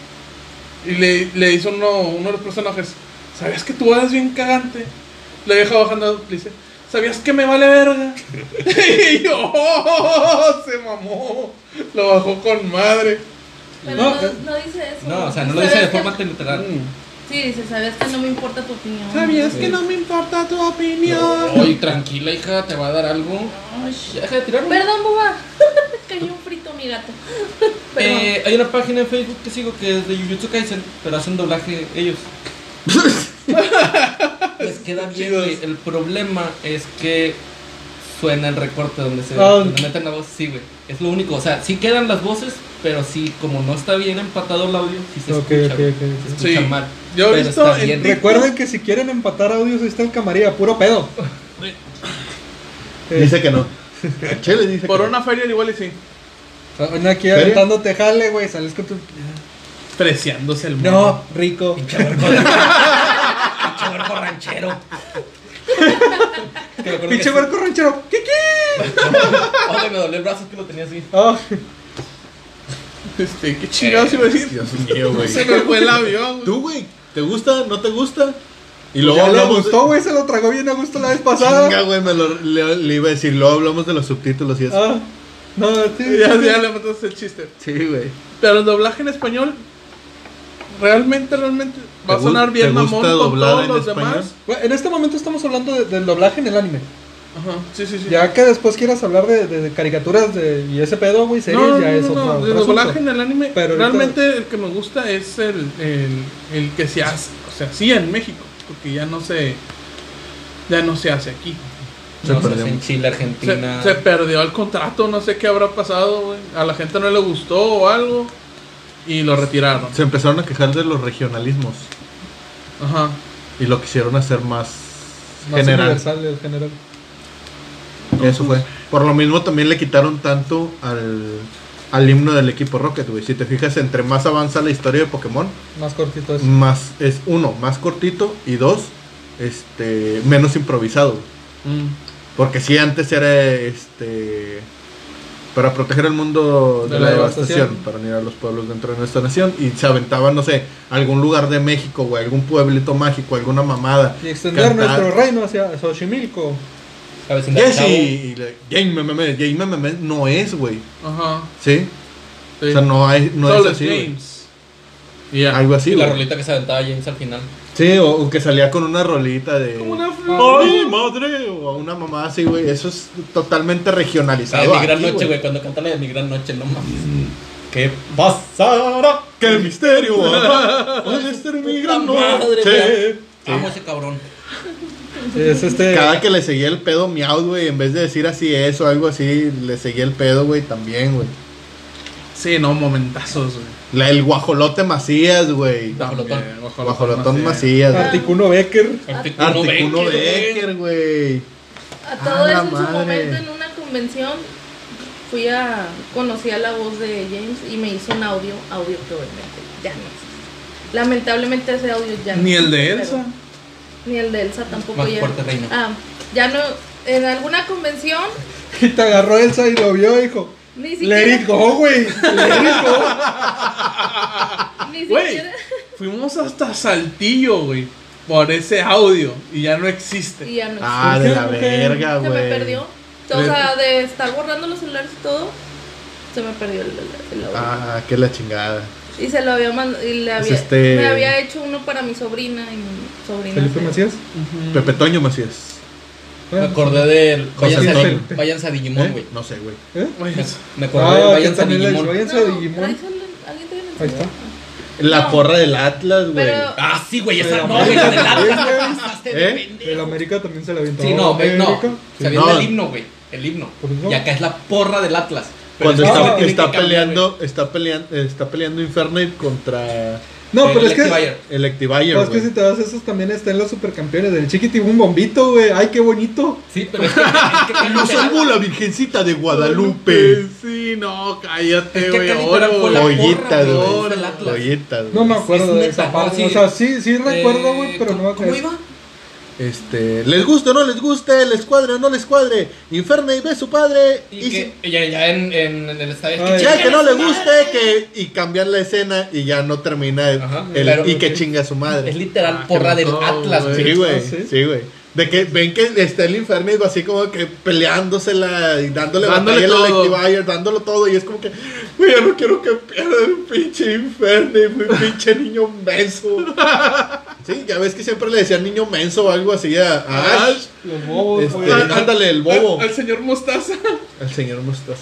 C: Y le, le hizo uno, uno de los personajes, ¿sabías que tú eres bien cagante? La vieja bajando le dice, ¿sabías que me vale verga? y yo, "Oh, se mamó. Lo bajó con madre.
D: Pero
A: No,
D: no,
A: eh,
D: no dice eso.
E: No, o sea, no lo dice de
D: ¿Sabías
E: forma
D: que-
E: literal.
D: Sí, dice, sabías que no me importa tu opinión.
C: ¿Sabías que no me importa tu opinión?
E: Oye, tranquila, hija, te va a dar algo.
D: Ay, sh-
E: Deja de tirar un-
D: Perdón, boba. Cayó un frito mi gato. Perdón.
E: Eh, hay una página en Facebook que sigo que es de Jujutsu Kaisen, pero hacen doblaje ellos. Les queda bien,
C: Chidos.
E: güey. El problema es que suena el recorte donde se
C: Ah.
E: donde meten la voz, sí, güey. Es lo único. O sea, sí quedan las voces, pero sí, como no está bien empatado el audio, sí se
A: Ok,
E: escucha,
A: ok,
E: güey.
A: ok, ok.
E: Se escucha
C: Sí.
E: mal.
C: Yo he
E: Pero
C: visto
E: está
C: en
E: bien.
A: Recuerden que si quieren empatar audios, ahí está el camarilla, puro pedo. Eh,
B: Dice que no. Chile dice
C: Por
B: que
C: una feria igual y sí.
A: Eh, anda aquí
B: ¿Feria?
A: aventándote jale, güey, sales con tu...
C: Preciándose el mundo.
A: No, rico.
E: Pinche barco Pinche barco ranchero. Que me acuerdo que
A: Pinche
E: sí.
A: barco ranchero. ¿Qué, qué?
E: Oh, güey, me dolió el brazo que lo tenía así.
A: Ah,
C: Este, qué chingados iba a
B: no.
C: decir.
B: Dios mío, güey.
C: Se me fue el avión. güey.
B: Tú, güey, ¿te gusta? ¿No te gusta? Y
A: ya
B: luego
A: le
B: hablamos.
A: gustó, güey, se lo tragó bien a gusto la vez
B: Chinga,
A: pasada.
B: güey, me lo le, le iba a decir. Luego hablamos de los subtítulos y eso.
A: Ah, no, sí,
C: Ya,
A: sí,
C: ya
A: sí.
C: le mataste el chiste.
B: Sí, güey.
C: Pero el doblaje en español realmente, realmente va a
B: gu-
C: sonar bien
B: te
C: mamón
B: gusta
C: con
B: doblar
C: todos
B: en
C: los
B: español?
C: demás.
A: Güey, En este momento estamos hablando de- del doblaje en el anime.
C: Ajá, sí, sí, sí.
A: Ya que después quieras hablar de, de- de caricaturas de, y ese pedo, güey, series,
C: no, no,
A: ya
C: no,
A: es
C: no,
A: otro,
C: no,
A: otro
C: de doblaje en
A: asunto.
C: el anime.
A: Pero ahorita-
C: realmente el que me gusta es el, el, el que se hace, o sea, hacía en México, porque ya no se ya no se hace aquí.
E: No, o sea,
B: perdió.
E: en Chile, Argentina.
C: Se, se perdió el contrato, no sé qué habrá pasado, güey. A la gente no le gustó o algo y lo retiraron.
B: Se empezaron a quejar de los regionalismos
C: Ajá.
B: y lo quisieron hacer más,
A: Más
B: general.
A: universal, el general.
B: Eso fue. Por lo mismo también le quitaron tanto al, al himno del equipo Rocket, güey. Si te fijas, entre más avanza la historia de Pokémon,
A: Más cortito es.
B: más es uno, más cortito y dos, este, menos improvisado. güey.
C: Mm.
B: Porque si antes era este para proteger el mundo de,
A: De
B: la,
A: la
B: devastación,
A: devastación.
B: para unir a los pueblos dentro de nuestra nación y se aventaban, no sé, algún lugar de México, güey, algún pueblito mágico, alguna mamada.
A: Y extender
B: Cantar.
A: nuestro reino hacia Xochimilco.
E: La vecindad de
B: Yes,
E: Cabo.
B: y- y le- Game MMM, Game MMM no es, güey.
C: Ajá.
B: ¿Sí?
C: sí.
B: O sea, no, hay, no
C: Solo
B: es así. güey.
C: James. Y ya.
B: Algo así,
E: Y la
B: güey.
E: rolita que se aventaba James al final.
B: Sí, o, o que salía con una rolita de.
C: Como una flor.
B: ¡Ay, madre! O una mamá así, güey. Eso es totalmente
E: La de
B: regionalizado.
E: mi gran
B: aquí,
E: noche, güey. Cuando canta la de mi gran noche, no mames. ¿Qué pasará?
B: ¡Qué misterio! mamá! Puede ser mi gran
E: Puta madre,
B: noche.
E: Amo a ese cabrón.
A: Es este.
B: Cada que le seguía el pedo, miau, güey. En vez de decir así eso o algo así, le seguía el pedo, güey, también, güey.
C: Sí, no, momentazos, güey.
B: La- El guajolote Macías, güey.
E: Guajolotón.
C: También,
B: Guajolotón
C: Macías.
B: Macías. güey.
A: Articuno Becker.
E: Articuno
B: Articuno
E: Becker,
B: Becker, güey.
D: A todo
B: Ah, la
D: eso en su
B: madre.
D: momento en una convención fui a conocí a la voz de James y me hizo un audio, audio que obviamente ya no existe. Lamentablemente ese audio ya no
C: Ni el de
D: existe,
C: Elsa.
D: pero- Ni el de Elsa tampoco
E: Más
D: ya.
E: fuerte, reina.
D: Ah, ya no en alguna convención
A: Y te agarró Elsa y lo vio, hijo.
D: ni siquiera
A: Le dijo, güey. Let it go.
D: ni
C: "Ah, Güey,
D: siquiera
C: fuimos hasta Saltillo, güey, por ese audio y ya no
D: y
C: existe.
D: ya no existe.
B: Ah, de la
A: Ok.
B: verga,
D: se
B: güey.
D: me perdió. O sea, de estar borrando los celulares y todo, se me perdió el, el- el audio.
B: Ah, qué la chingada.
D: Y se lo había mandado, y le
B: Es
D: había,
B: este-
D: me había hecho uno para mi sobrina y mi sobrina.
A: Felipe
D: se-
A: Macías.
B: Pepe Toño Macías.
E: Me acordé del.
B: José
E: Váyanse a,
B: Antonio.
E: váyanse a Digimon, güey.
B: ¿Eh? No sé, güey.
C: Güey,
E: Me acordé de
A: Ah, que
E: Váyanse a
A: también la
E: Digimon.
A: influencia de
D: No,
A: Digimon.
D: ¿traes el- ¿Alguien trae el
A: Ahí está.
D: celular?
B: La
D: No.
B: porra del Atlas, güey.
D: Pero-
E: Ah, sí, güey. Esa
A: Pero-
E: no, güey. La del Atlas,
A: ¿Eh?
E: la pasaste de
B: ¿Eh?
E: pendejo.
A: El América también se la aventó.
E: Sí, no, güey, no.
A: América.
E: Se había
B: No.
E: el himno, güey. El himno.
A: Por eso.
E: Y acá es la porra del Atlas. Pero
B: Cuando
E: es que
A: Ah,
E: se
B: está,
E: tiene
B: está
E: que cambiar,
B: peleando, está peleando, está peleando Inferno contra
A: No,
E: El
A: pero es que.
E: Electivire.
B: el Activayer,
A: Pero Pues es que
B: güey.
A: si te das esos también están los supercampeones del Chiquitibum Bombito, güey. Ay, qué bonito.
E: güey. Sí, pero es que. Es que
B: Nos salvó la Virgencita de Guadalupe. Eh,
C: Sí, no, cállate,
E: Es que
C: güey.
E: Cali
C: Ahora,
E: Tarapolo-
C: güey.
E: La porra,
B: Joyitas,
E: güey,
B: güey.
E: del Atlas.
B: Joyitas,
A: No me
B: güey.
A: acuerdo
E: es
A: de
E: neta,
A: esa parte.
E: sí.
A: O sea, sí, sí recuerdo,
E: Eh,
A: güey, pero no me
E: ¿Cómo
A: acuerdo.
E: iba?
B: Este, les guste o no les guste, les cuadre o no les cuadre, inferne y ve su padre.
E: Y,
B: Y,
E: que ya, ya en, en, en el estadio. es que
B: si-
A: Ay.
E: chinga
B: ya que no
E: su
B: le
E: madre.
B: guste, que y cambiar la escena y ya no termina el,
E: Ajá,
B: el-
E: pero-
B: y que chinga su madre.
E: Es literal
B: Ah,
E: porra
B: qué
E: del
B: botón,
E: Atlas, güey.
B: Sí,
A: Ah,
B: güey.
A: ¿sí?
B: Sí, güey. De que ven que está el Inferno y así como que peleándosela y dándole,
G: Dándole
B: batalla al
G: todo.
B: Electivire, dándolo todo. Y es como que, güey, yo no quiero que pierda el pinche Inferno, mi pinche niño menso. sí, ya ves que siempre le decían niño menso o algo así a, a Ash.
A: Los bobos,
B: Este,
A: güey.
B: ándale, el bobo.
C: Al, al señor Mostaza.
B: El señor Mostaza.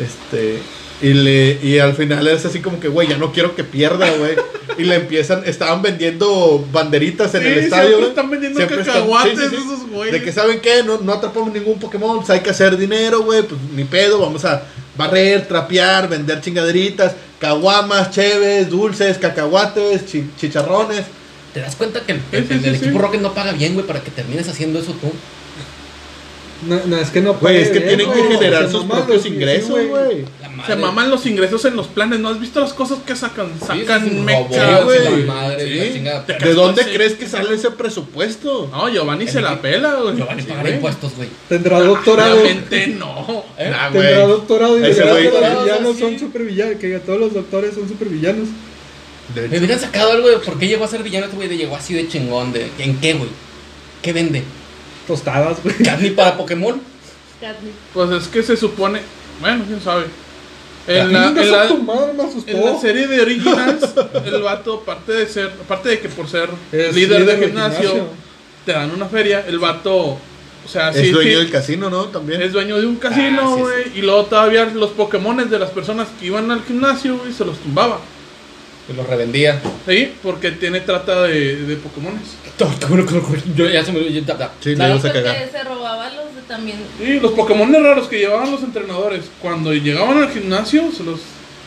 B: Este. Y, le, y al final es así como que, güey, ya no quiero que pierda, güey. Y le empiezan, estaban vendiendo banderitas en
C: Sí,
B: el estadio.
C: siempre
B: güey.
C: están vendiendo
B: Siempre están-
C: cacahuates
B: sí, sí, sí.
C: esos güeyes.
B: De que saben qué, no, no atrapamos ningún Pokémon, pues hay que hacer dinero, güey, pues ni pedo, vamos a barrer, trapear, vender chingaderitas, caguamas, cheves, dulces, cacahuates, chi- chicharrones.
E: ¿Te das cuenta que el, el-
C: Sí, sí,
E: el
C: sí,
E: equipo
C: sí.
E: Rocket no paga bien, güey, para que termines haciendo eso tú?
A: No, no, es que no
B: Güey, es
A: puede
B: que
A: ver,
B: tienen
A: güey.
B: que generar
A: Se
B: sus
A: maman,
B: propios
A: sí,
B: ingresos,
A: sí,
B: güey.
E: La madre.
C: Se maman los ingresos en los planes. ¿No has visto las cosas que sacan?
E: Sí,
C: Sacan
E: es un
C: mecha,
E: robot,
B: güey.
E: la madre,
C: Sí.
E: la chingada.
B: ¿De dónde
C: Sí.
B: crees que sale ese presupuesto?
C: No, Giovanni se la pela, güey.
E: No van a
C: Sí,
E: pagar
C: güey.
E: impuestos, güey.
C: Ah,
A: Tendrá doctorado.
C: Obviamente no.
E: ¿Eh?
B: Nah,
A: Tendrá
B: güey.
A: doctorado y
B: Ese
A: dirá
B: güey-
A: que los villanos
C: ah, Sí.
A: son supervillanos, que todos los doctores son supervillanos.
B: De
E: Me
B: hecho,
E: hubieran sacado algo de por qué llegó a ser villano este güey, de llegó así de chingón, de ¿en qué, güey? ¿Qué vende?
A: Tostadas, güey.
E: ¿Carne para Pokémon?
D: Catnip.
C: Pues es que se supone. Bueno, quién sabe.
E: Ya,
C: En la, en la-
A: Chingas a tu madre, me asustó.
C: en la serie de Originals, el vato, aparte de ser, aparte de que por ser
A: Es
C: líder,
A: líder
C: de
A: del
C: gimnasio,
A: gimnasio.
C: te dan una feria, el vato, o
A: Ah,
C: sea,
B: es
C: sí,
B: dueño
C: sí,
B: del casino, ¿no? También.
C: es dueño de un casino,
E: sí,
C: güey, y luego todavía los Pokémones de las personas que iban al gimnasio, güey, se los tumbaba.
E: Y lo revendía.
C: Sí, porque tiene trata de, de Pokémones.
E: Yo ya se me... yo- ya- ya.
B: Sí, le
E: Nada,
B: ibas a
D: Porque
B: cagar.
D: se robaba los de también.
C: Y los Pokémones raros que llevaban los entrenadores, cuando llegaban al gimnasio, se los,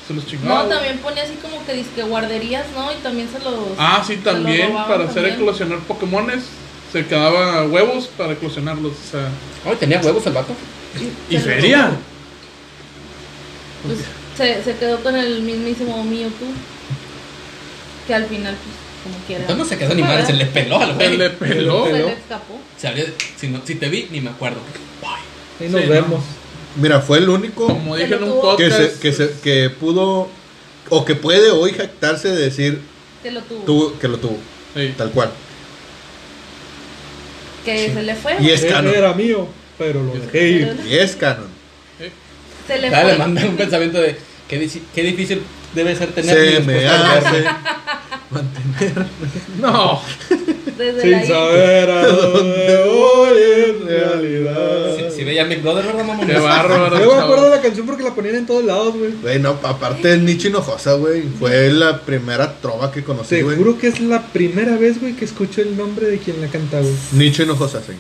C: se los
D: No,
C: chingaban.
D: también ponía así como que disque guarderías, ¿no? Y también se los.
C: Ah, sí,
D: se los
C: también,
D: robaban
C: para hacer
D: también.
C: eclosionar Pokémones, se quedaba huevos para eclosionarlos, o sea,
E: Ay, tenía huevos el vato.
C: y
D: Se los
C: feria.
D: robaban. Pues, se, se quedó con el mismísimo Mewtwo. Que al final, pues, como quiera.
E: Entonces no se quedó ni madre, se le peló al
C: Se le
E: güey.
C: peló.
D: Se le escapó.
E: Se habría- si, no- si te vi, ni me acuerdo.
A: Y nos
C: Sí, no.
A: vemos.
B: Mira, fue el único
C: Como
D: Se
C: dije
D: lo
C: en un
D: tuvo.
B: que,
C: podcast.
B: se, que, se- que pudo o que puede hoy jactarse de decir
D: Que lo tuvo.
B: tuvo, que lo tuvo,
C: Sí.
B: tal cual.
D: Que se le fue.
B: Y es
A: Él
B: canon.
A: era mío, pero lo dejé ir.
B: Y es canon.
D: Se le
E: Ya
D: fue.
E: le manda un pensamiento de qué, dici- qué difícil debe ser tener
B: Se
E: amigos,
B: me
E: pues,
B: hace.
C: No,
D: Desde
A: Sin
D: ahí.
A: saber a dónde voy en realidad.
E: Si, si veía a Big Brother, ¿verdad, mamón?
C: qué bárbaro.
A: Yo me
C: chavo.
A: acuerdo de la canción porque la ponían en todos lados, güey.
B: Güey, no, aparte es Nichi Hinojosa, güey. Fue la primera trova que conocí,
A: Te
B: güey.
A: juro que es la primera vez, güey, que escucho el nombre de quien la canta, güey.
B: Nicho Hinojosa, señor.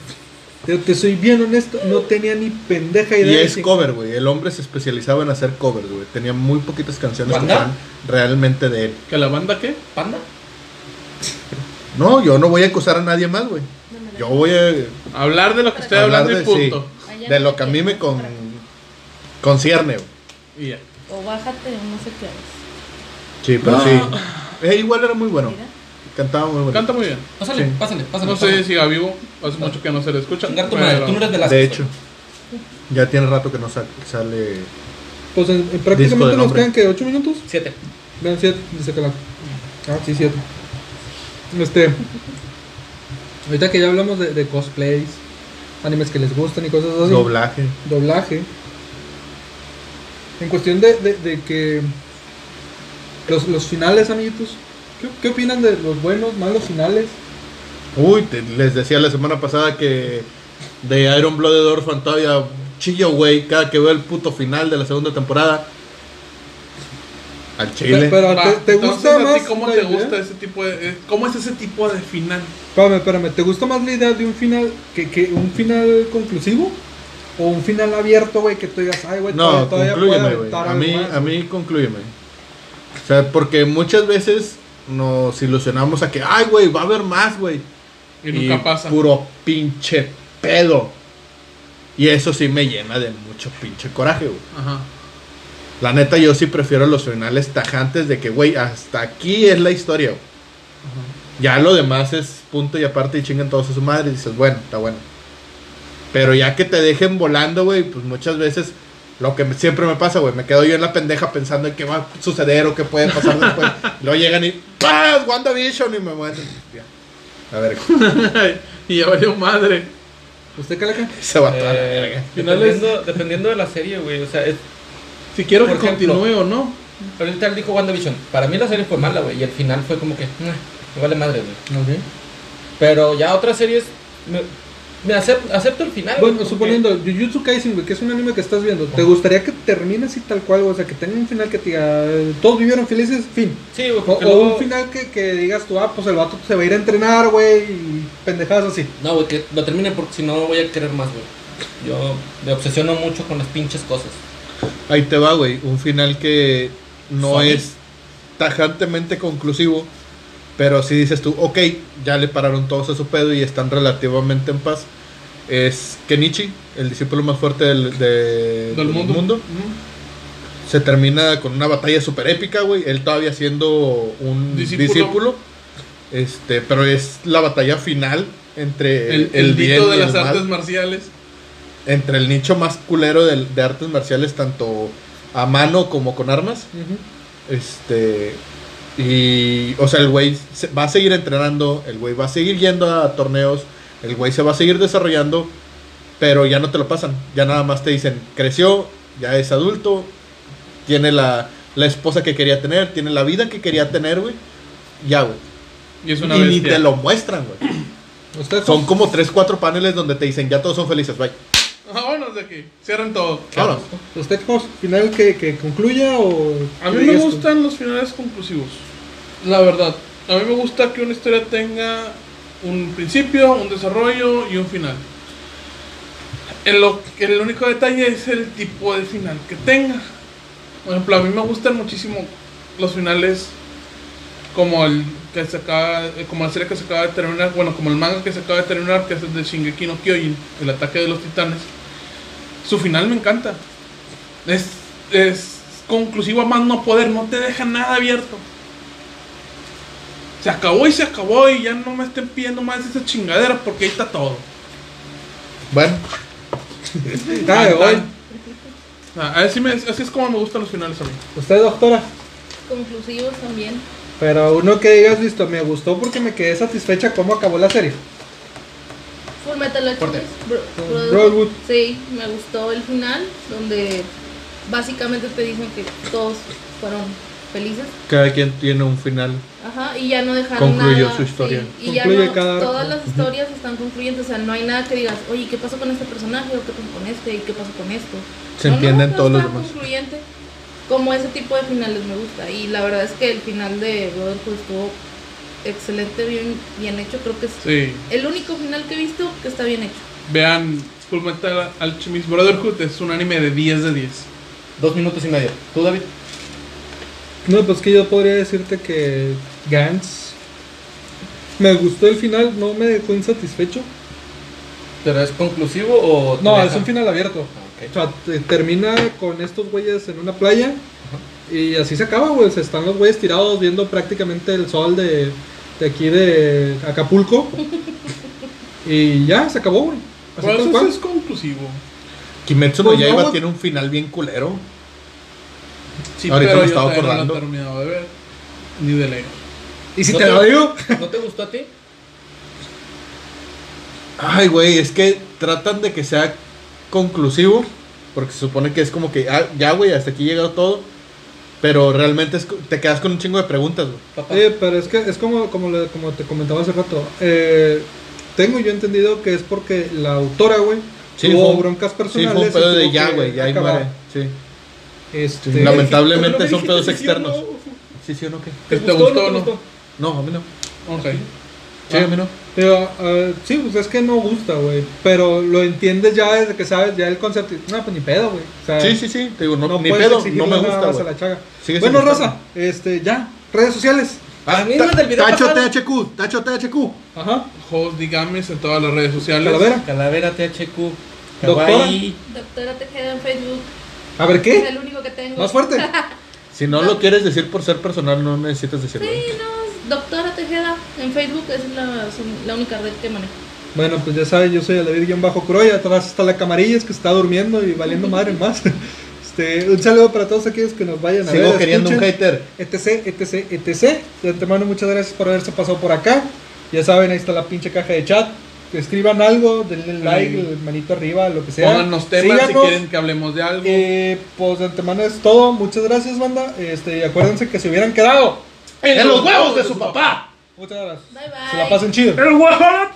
A: Te, te soy bien honesto, no tenía ni pendeja
B: Y
A: idea. de
B: es
A: que-
B: cover, güey. El hombre se especializaba en hacer covers, güey. Tenía muy poquitas canciones que
E: ¿Banda?
B: fueran realmente de él.
C: ¿Que la banda qué?
E: ¿Panda?
B: No, yo no voy a acusar a nadie más, güey. Yo voy a
C: Hablar de lo que estoy
B: Hablar
C: hablando y
B: de- sí.
C: punto.
D: Allá
B: De
D: no
B: lo
D: sé
B: que a
D: qué,
B: mí me con...
D: para-
B: concierne. güey.
C: Y ya.
D: O bájate, o no sé qué haces.
B: Sí, pero
C: Ah.
B: sí. Eh, igual era muy bueno.
D: Mira.
B: Cantaba muy bueno.
C: Canta muy bien.
E: Pásale,
B: Sí.
E: pásale, pásale.
C: No sé
E: pásale.
C: si a vivo, hace mucho que no se le escucha.
E: Chingar tu madre,
C: pero-
E: tú no eres Velázquez,
B: de
E: güey.
B: hecho, ya tiene rato que no sa- sale.
A: Pues en- en
B: Disco de
A: prácticamente nos
B: nombre.
A: quedan que 8 minutos.
E: Siete.
A: Vean, 7, dice que la. Ah, sí, 7. Este. Ahorita que ya hablamos de, de cosplays, animes que les gustan y cosas así.
B: Doblaje.
A: doblaje. En cuestión de, de- de que los, los finales, amiguitos, ¿qué, qué opinan de los buenos, malos finales?
B: Uy, te- les decía la semana pasada que de Iron Blooded Orphan todavía chillo, güey, cada que veo el puto final de la segunda temporada. Al chile.
A: Pe- Pero,
C: Va,
A: ¿te, te
C: entonces,
A: gusta
C: ¿a ti
A: más?
C: ¿Cómo
A: la
C: te
A: idea?
C: gusta ese tipo de.? eh, ¿Cómo es ese tipo de final?
A: Espérame, espérame, ¿te gusta más la idea de un final, que, que un final conclusivo? ¿O un final abierto, güey, que tú digas, ay, güey,
B: No,
A: Pues, todavía, todavía puedo
B: conclúyeme, güey.
A: aventar
B: A
A: algo
B: mí,
A: más?
B: a mí, conclúyeme. O sea, porque muchas veces nos ilusionamos a que, ay, güey, va a haber más, güey.
C: Y nunca pasa.
B: Puro pinche pedo. Y eso sí me llena de mucho pinche coraje, güey.
C: Ajá.
B: La neta, yo sí prefiero los finales tajantes de que, güey, hasta aquí es la historia. güey. Ya lo demás es punto y aparte y chingan todos a su madre y dices, bueno, está bueno. Pero ya que te dejen volando, güey, pues muchas veces lo que siempre me pasa, güey, me quedo yo en la pendeja pensando en qué va a suceder o qué puede pasar después. Luego llegan y ¡Pam! WandaVision y me mueren. A ver,
C: y ya valió madre.
A: ¿Usted, Calaca?
B: se va a la
E: Eh,
B: verga.
E: dependiendo, dependiendo de la serie, güey. O sea, es-
C: Si quiero
E: Por
C: que
E: ejemplo.
C: continúe o no.
E: ahorita él dijo WandaVision. Para mí la serie fue mala, güey. Y el final fue como que. "Nah, me vale madre, güey. Pero ya otras series. Me, me acep- acepto, el final. güey,
A: Bueno,
E: porque-
A: suponiendo, Jujutsu Kaisen, güey, que es un anime que estás viendo, ¿te gustaría que termine así tal cual? güey? O sea, que tenga un final que te diga, todos vivieron felices, fin.
E: Sí, güey.
A: O,
E: porque
A: o
E: luego-
A: un final que, que digas tú, ah, pues el vato se va a ir a entrenar, güey, y pendejadas así.
E: No, güey, que lo termine porque si no voy a querer más, güey. Yo me obsesiono mucho con las pinches cosas.
B: Ahí te va, güey. Un final que no
E: Sony.
B: es tajantemente conclusivo. Pero si dices tú, ok, ya le pararon todos a su pedo y están relativamente en paz. Es Kenichi, el discípulo más fuerte del, de-
C: Del mundo.
B: Ujú. Se termina con una batalla súper épica, güey. Él todavía siendo un
C: Discípulo.
B: discípulo. Este, pero es la batalla final entre
C: El, el,
B: bien
C: dito de
B: y
C: las
B: mal
C: artes marciales.
B: entre el nicho más culero del- de artes marciales, tanto a mano como con armas. Este. Y, o sea, el güey se- va a seguir entrenando, el güey va a seguir yendo a torneos, el güey se va a seguir desarrollando, pero ya no te lo pasan. Ya nada más te dicen, creció, ya es adulto, tiene la, la esposa que quería tener, tiene la vida que quería tener, güey. Ya, güey.
C: Y es una
B: Y ni
C: bestia.
B: te lo muestran, güey.
A: ¿Usted,
B: Son como 3-4 paneles donde te dicen, ya todos son felices, bye.
C: Vámonos de aquí. Cierren todo.
B: Vámonos.
A: ¿Usted, Jos, final que, que concluya o...?
C: A
A: que
C: mí me
A: digas tú?
C: gustan los finales conclusivos. La verdad. A mí me gusta que una historia tenga un principio, un desarrollo y un final. En lo, el único detalle es el tipo de final que tenga. Por ejemplo, a mí me gustan muchísimo los finales como el que se acaba, eh, como la serie que se acaba de terminar, bueno, como el manga que se acaba de terminar, que es el de Shingeki no Kyojin, el ataque de los titanes. Su final me encanta. Es, es conclusivo a más no poder, no te deja nada abierto. Se acabó y se acabó y ya no me estén pidiendo más esa chingadera porque ahí está todo.
B: Bueno,
A: Ah, de hoy.
C: Ah, así, me- así es como me gustan los finales a mí.
A: ¿Usted, doctora?
D: Conclusivos también.
A: Pero uno que digas, listo, me gustó porque me quedé satisfecha cómo acabó la serie.
D: Full Metal Alchemist. Bro- Brotherhood.
A: Brotherhood.
D: Sí, me gustó el final, donde básicamente te dicen que todos fueron felices.
B: cada quien tiene un final.
D: Ajá, y ya no dejaron
B: Concluyó
D: nada.
B: su historia.
D: sí, y ya
A: Concluye
D: no-
A: cada
D: todas
A: arco.
D: las historias están concluyentes, o sea, no hay nada que digas, oye, ¿qué pasó con este personaje? ¿O qué pasó con este? ¿Y qué pasó con esto?
B: Se
D: No, no,
B: entienden
D: no,
B: todos los
D: está
B: demás.
D: concluyente. Como ese tipo de finales me gusta. Y la verdad es que el final de Brotherhood estuvo excelente, bien, bien hecho. Creo que es
C: Sí.
D: el único final que he visto que está bien hecho.
C: Vean Fullmetal Alchemist Brotherhood, es un anime de 10 de 10.
E: Dos minutos y medio. ¿Tú, David?
A: No, pues que yo podría decirte que Gantz me gustó el final, no me dejó insatisfecho.
E: ¿Pero es conclusivo o.? te
A: No,
E: deja?
A: es un final abierto.
E: Ah,
A: O
E: ok.
A: sea, te- termina con estos güeyes en una playa y así se acaba, güey. Se Están los güeyes tirados viendo prácticamente el sol de, de aquí de Acapulco. y ya, se acabó, güey. Así
C: Pero
A: tal
C: eso
A: cual.
C: es conclusivo.
B: Kimetsu no
A: Pues no,
B: Yaiba
A: no.
B: tiene un final bien culero.
C: Sí,
B: Ahorita
C: pero
B: me
C: yo
B: estaba
C: todavía no lo
B: acordando.
C: he terminado de ver. Ni de leer.
A: Y si
E: No
A: te
E: te-
A: lo digo,
E: ¿No te gustó a ti?
B: Ay, güey, es que tratan de que sea conclusivo. Porque se supone que es como que, ah, ya, güey, hasta aquí llegado todo. Pero realmente es co- te quedas con un chingo de preguntas, güey.
E: Papá.
A: Eh, pero es que es como, como, le- como te comentaba hace rato. eh, tengo yo entendido que es porque la autora, güey,
B: Sí,
A: tuvo
B: fue un-
A: broncas
B: Sí,
A: personales.
B: fue un pedo
A: y
B: de
A: tuvo
B: ya,
A: que
B: güey, ya ahí
A: acabar.
B: muere. Sí.
A: Este,
B: Lamentable. Lamentablemente
E: Pero no me
B: son pedos
E: dijiste si sí o no.
B: externos. Sí, sí o no, ¿qué?
C: ¿Te, gustó o no?
B: No, a mí no.
C: Ok.
B: Sí, a mí no.
A: pero, Ah, eh, sí, pues es que no gusta, güey. Pero lo entiendes ya desde que sabes ya el concepto. y, No, pues ni pedo, güey. O sea,
B: Sí, sí, sí. Te digo, no,
A: no
B: ni
A: puedes
B: pedo, no
A: exigirle nada
B: me gusta,
A: más a
B: güey.
A: la chaga.
B: Sigue sin
A: Bueno,
B: gustarme.
A: Rosa, este, ya, redes sociales.
E: A mí no
B: ta-
E: del video
B: Tacho
E: pasado.
B: THQ, Tacho THQ.
A: Ajá.
C: Host Digames en todas las redes sociales.
A: Calavera.
E: Calavera THQ.
A: Doctora.
E: Kawaii.
D: Doctora Tejeda en Facebook
A: A ver
D: es
A: qué.
D: el único que tengo.
A: Más fuerte. Ah.
B: Si no lo quieres decir por ser personal, no necesitas decirlo.
D: Sí,
B: ¿eh?
D: no, Doctora Tejeda en Facebook es la, son- la única red que manejo.
A: Bueno, pues ya saben, yo soy el David-Croy, atrás está la camarillas que está durmiendo y valiendo madre más. Este, un saludo para todos aquellos que nos vayan a ver.
B: Sigo queriendo un
A: escuchen,
B: hater.
A: etc, etc, etc. De antemano, muchas gracias por haberse pasado por acá. Ya saben, ahí está la pinche caja de chat. Escriban algo, denle like, el manito arriba, lo que sea.
C: Mm. Pónganos temas
A: eh, Síganos.
C: si quieren que hablemos de algo.
A: Eh, pues de antemano es todo. Muchas gracias, banda. Este, y acuérdense que se hubieran quedado.
C: ¡En
B: los huevos de su papá!
A: Muchas gracias.
D: Bye, bye.
A: Se la pasen chido.
C: ¡El guajolote!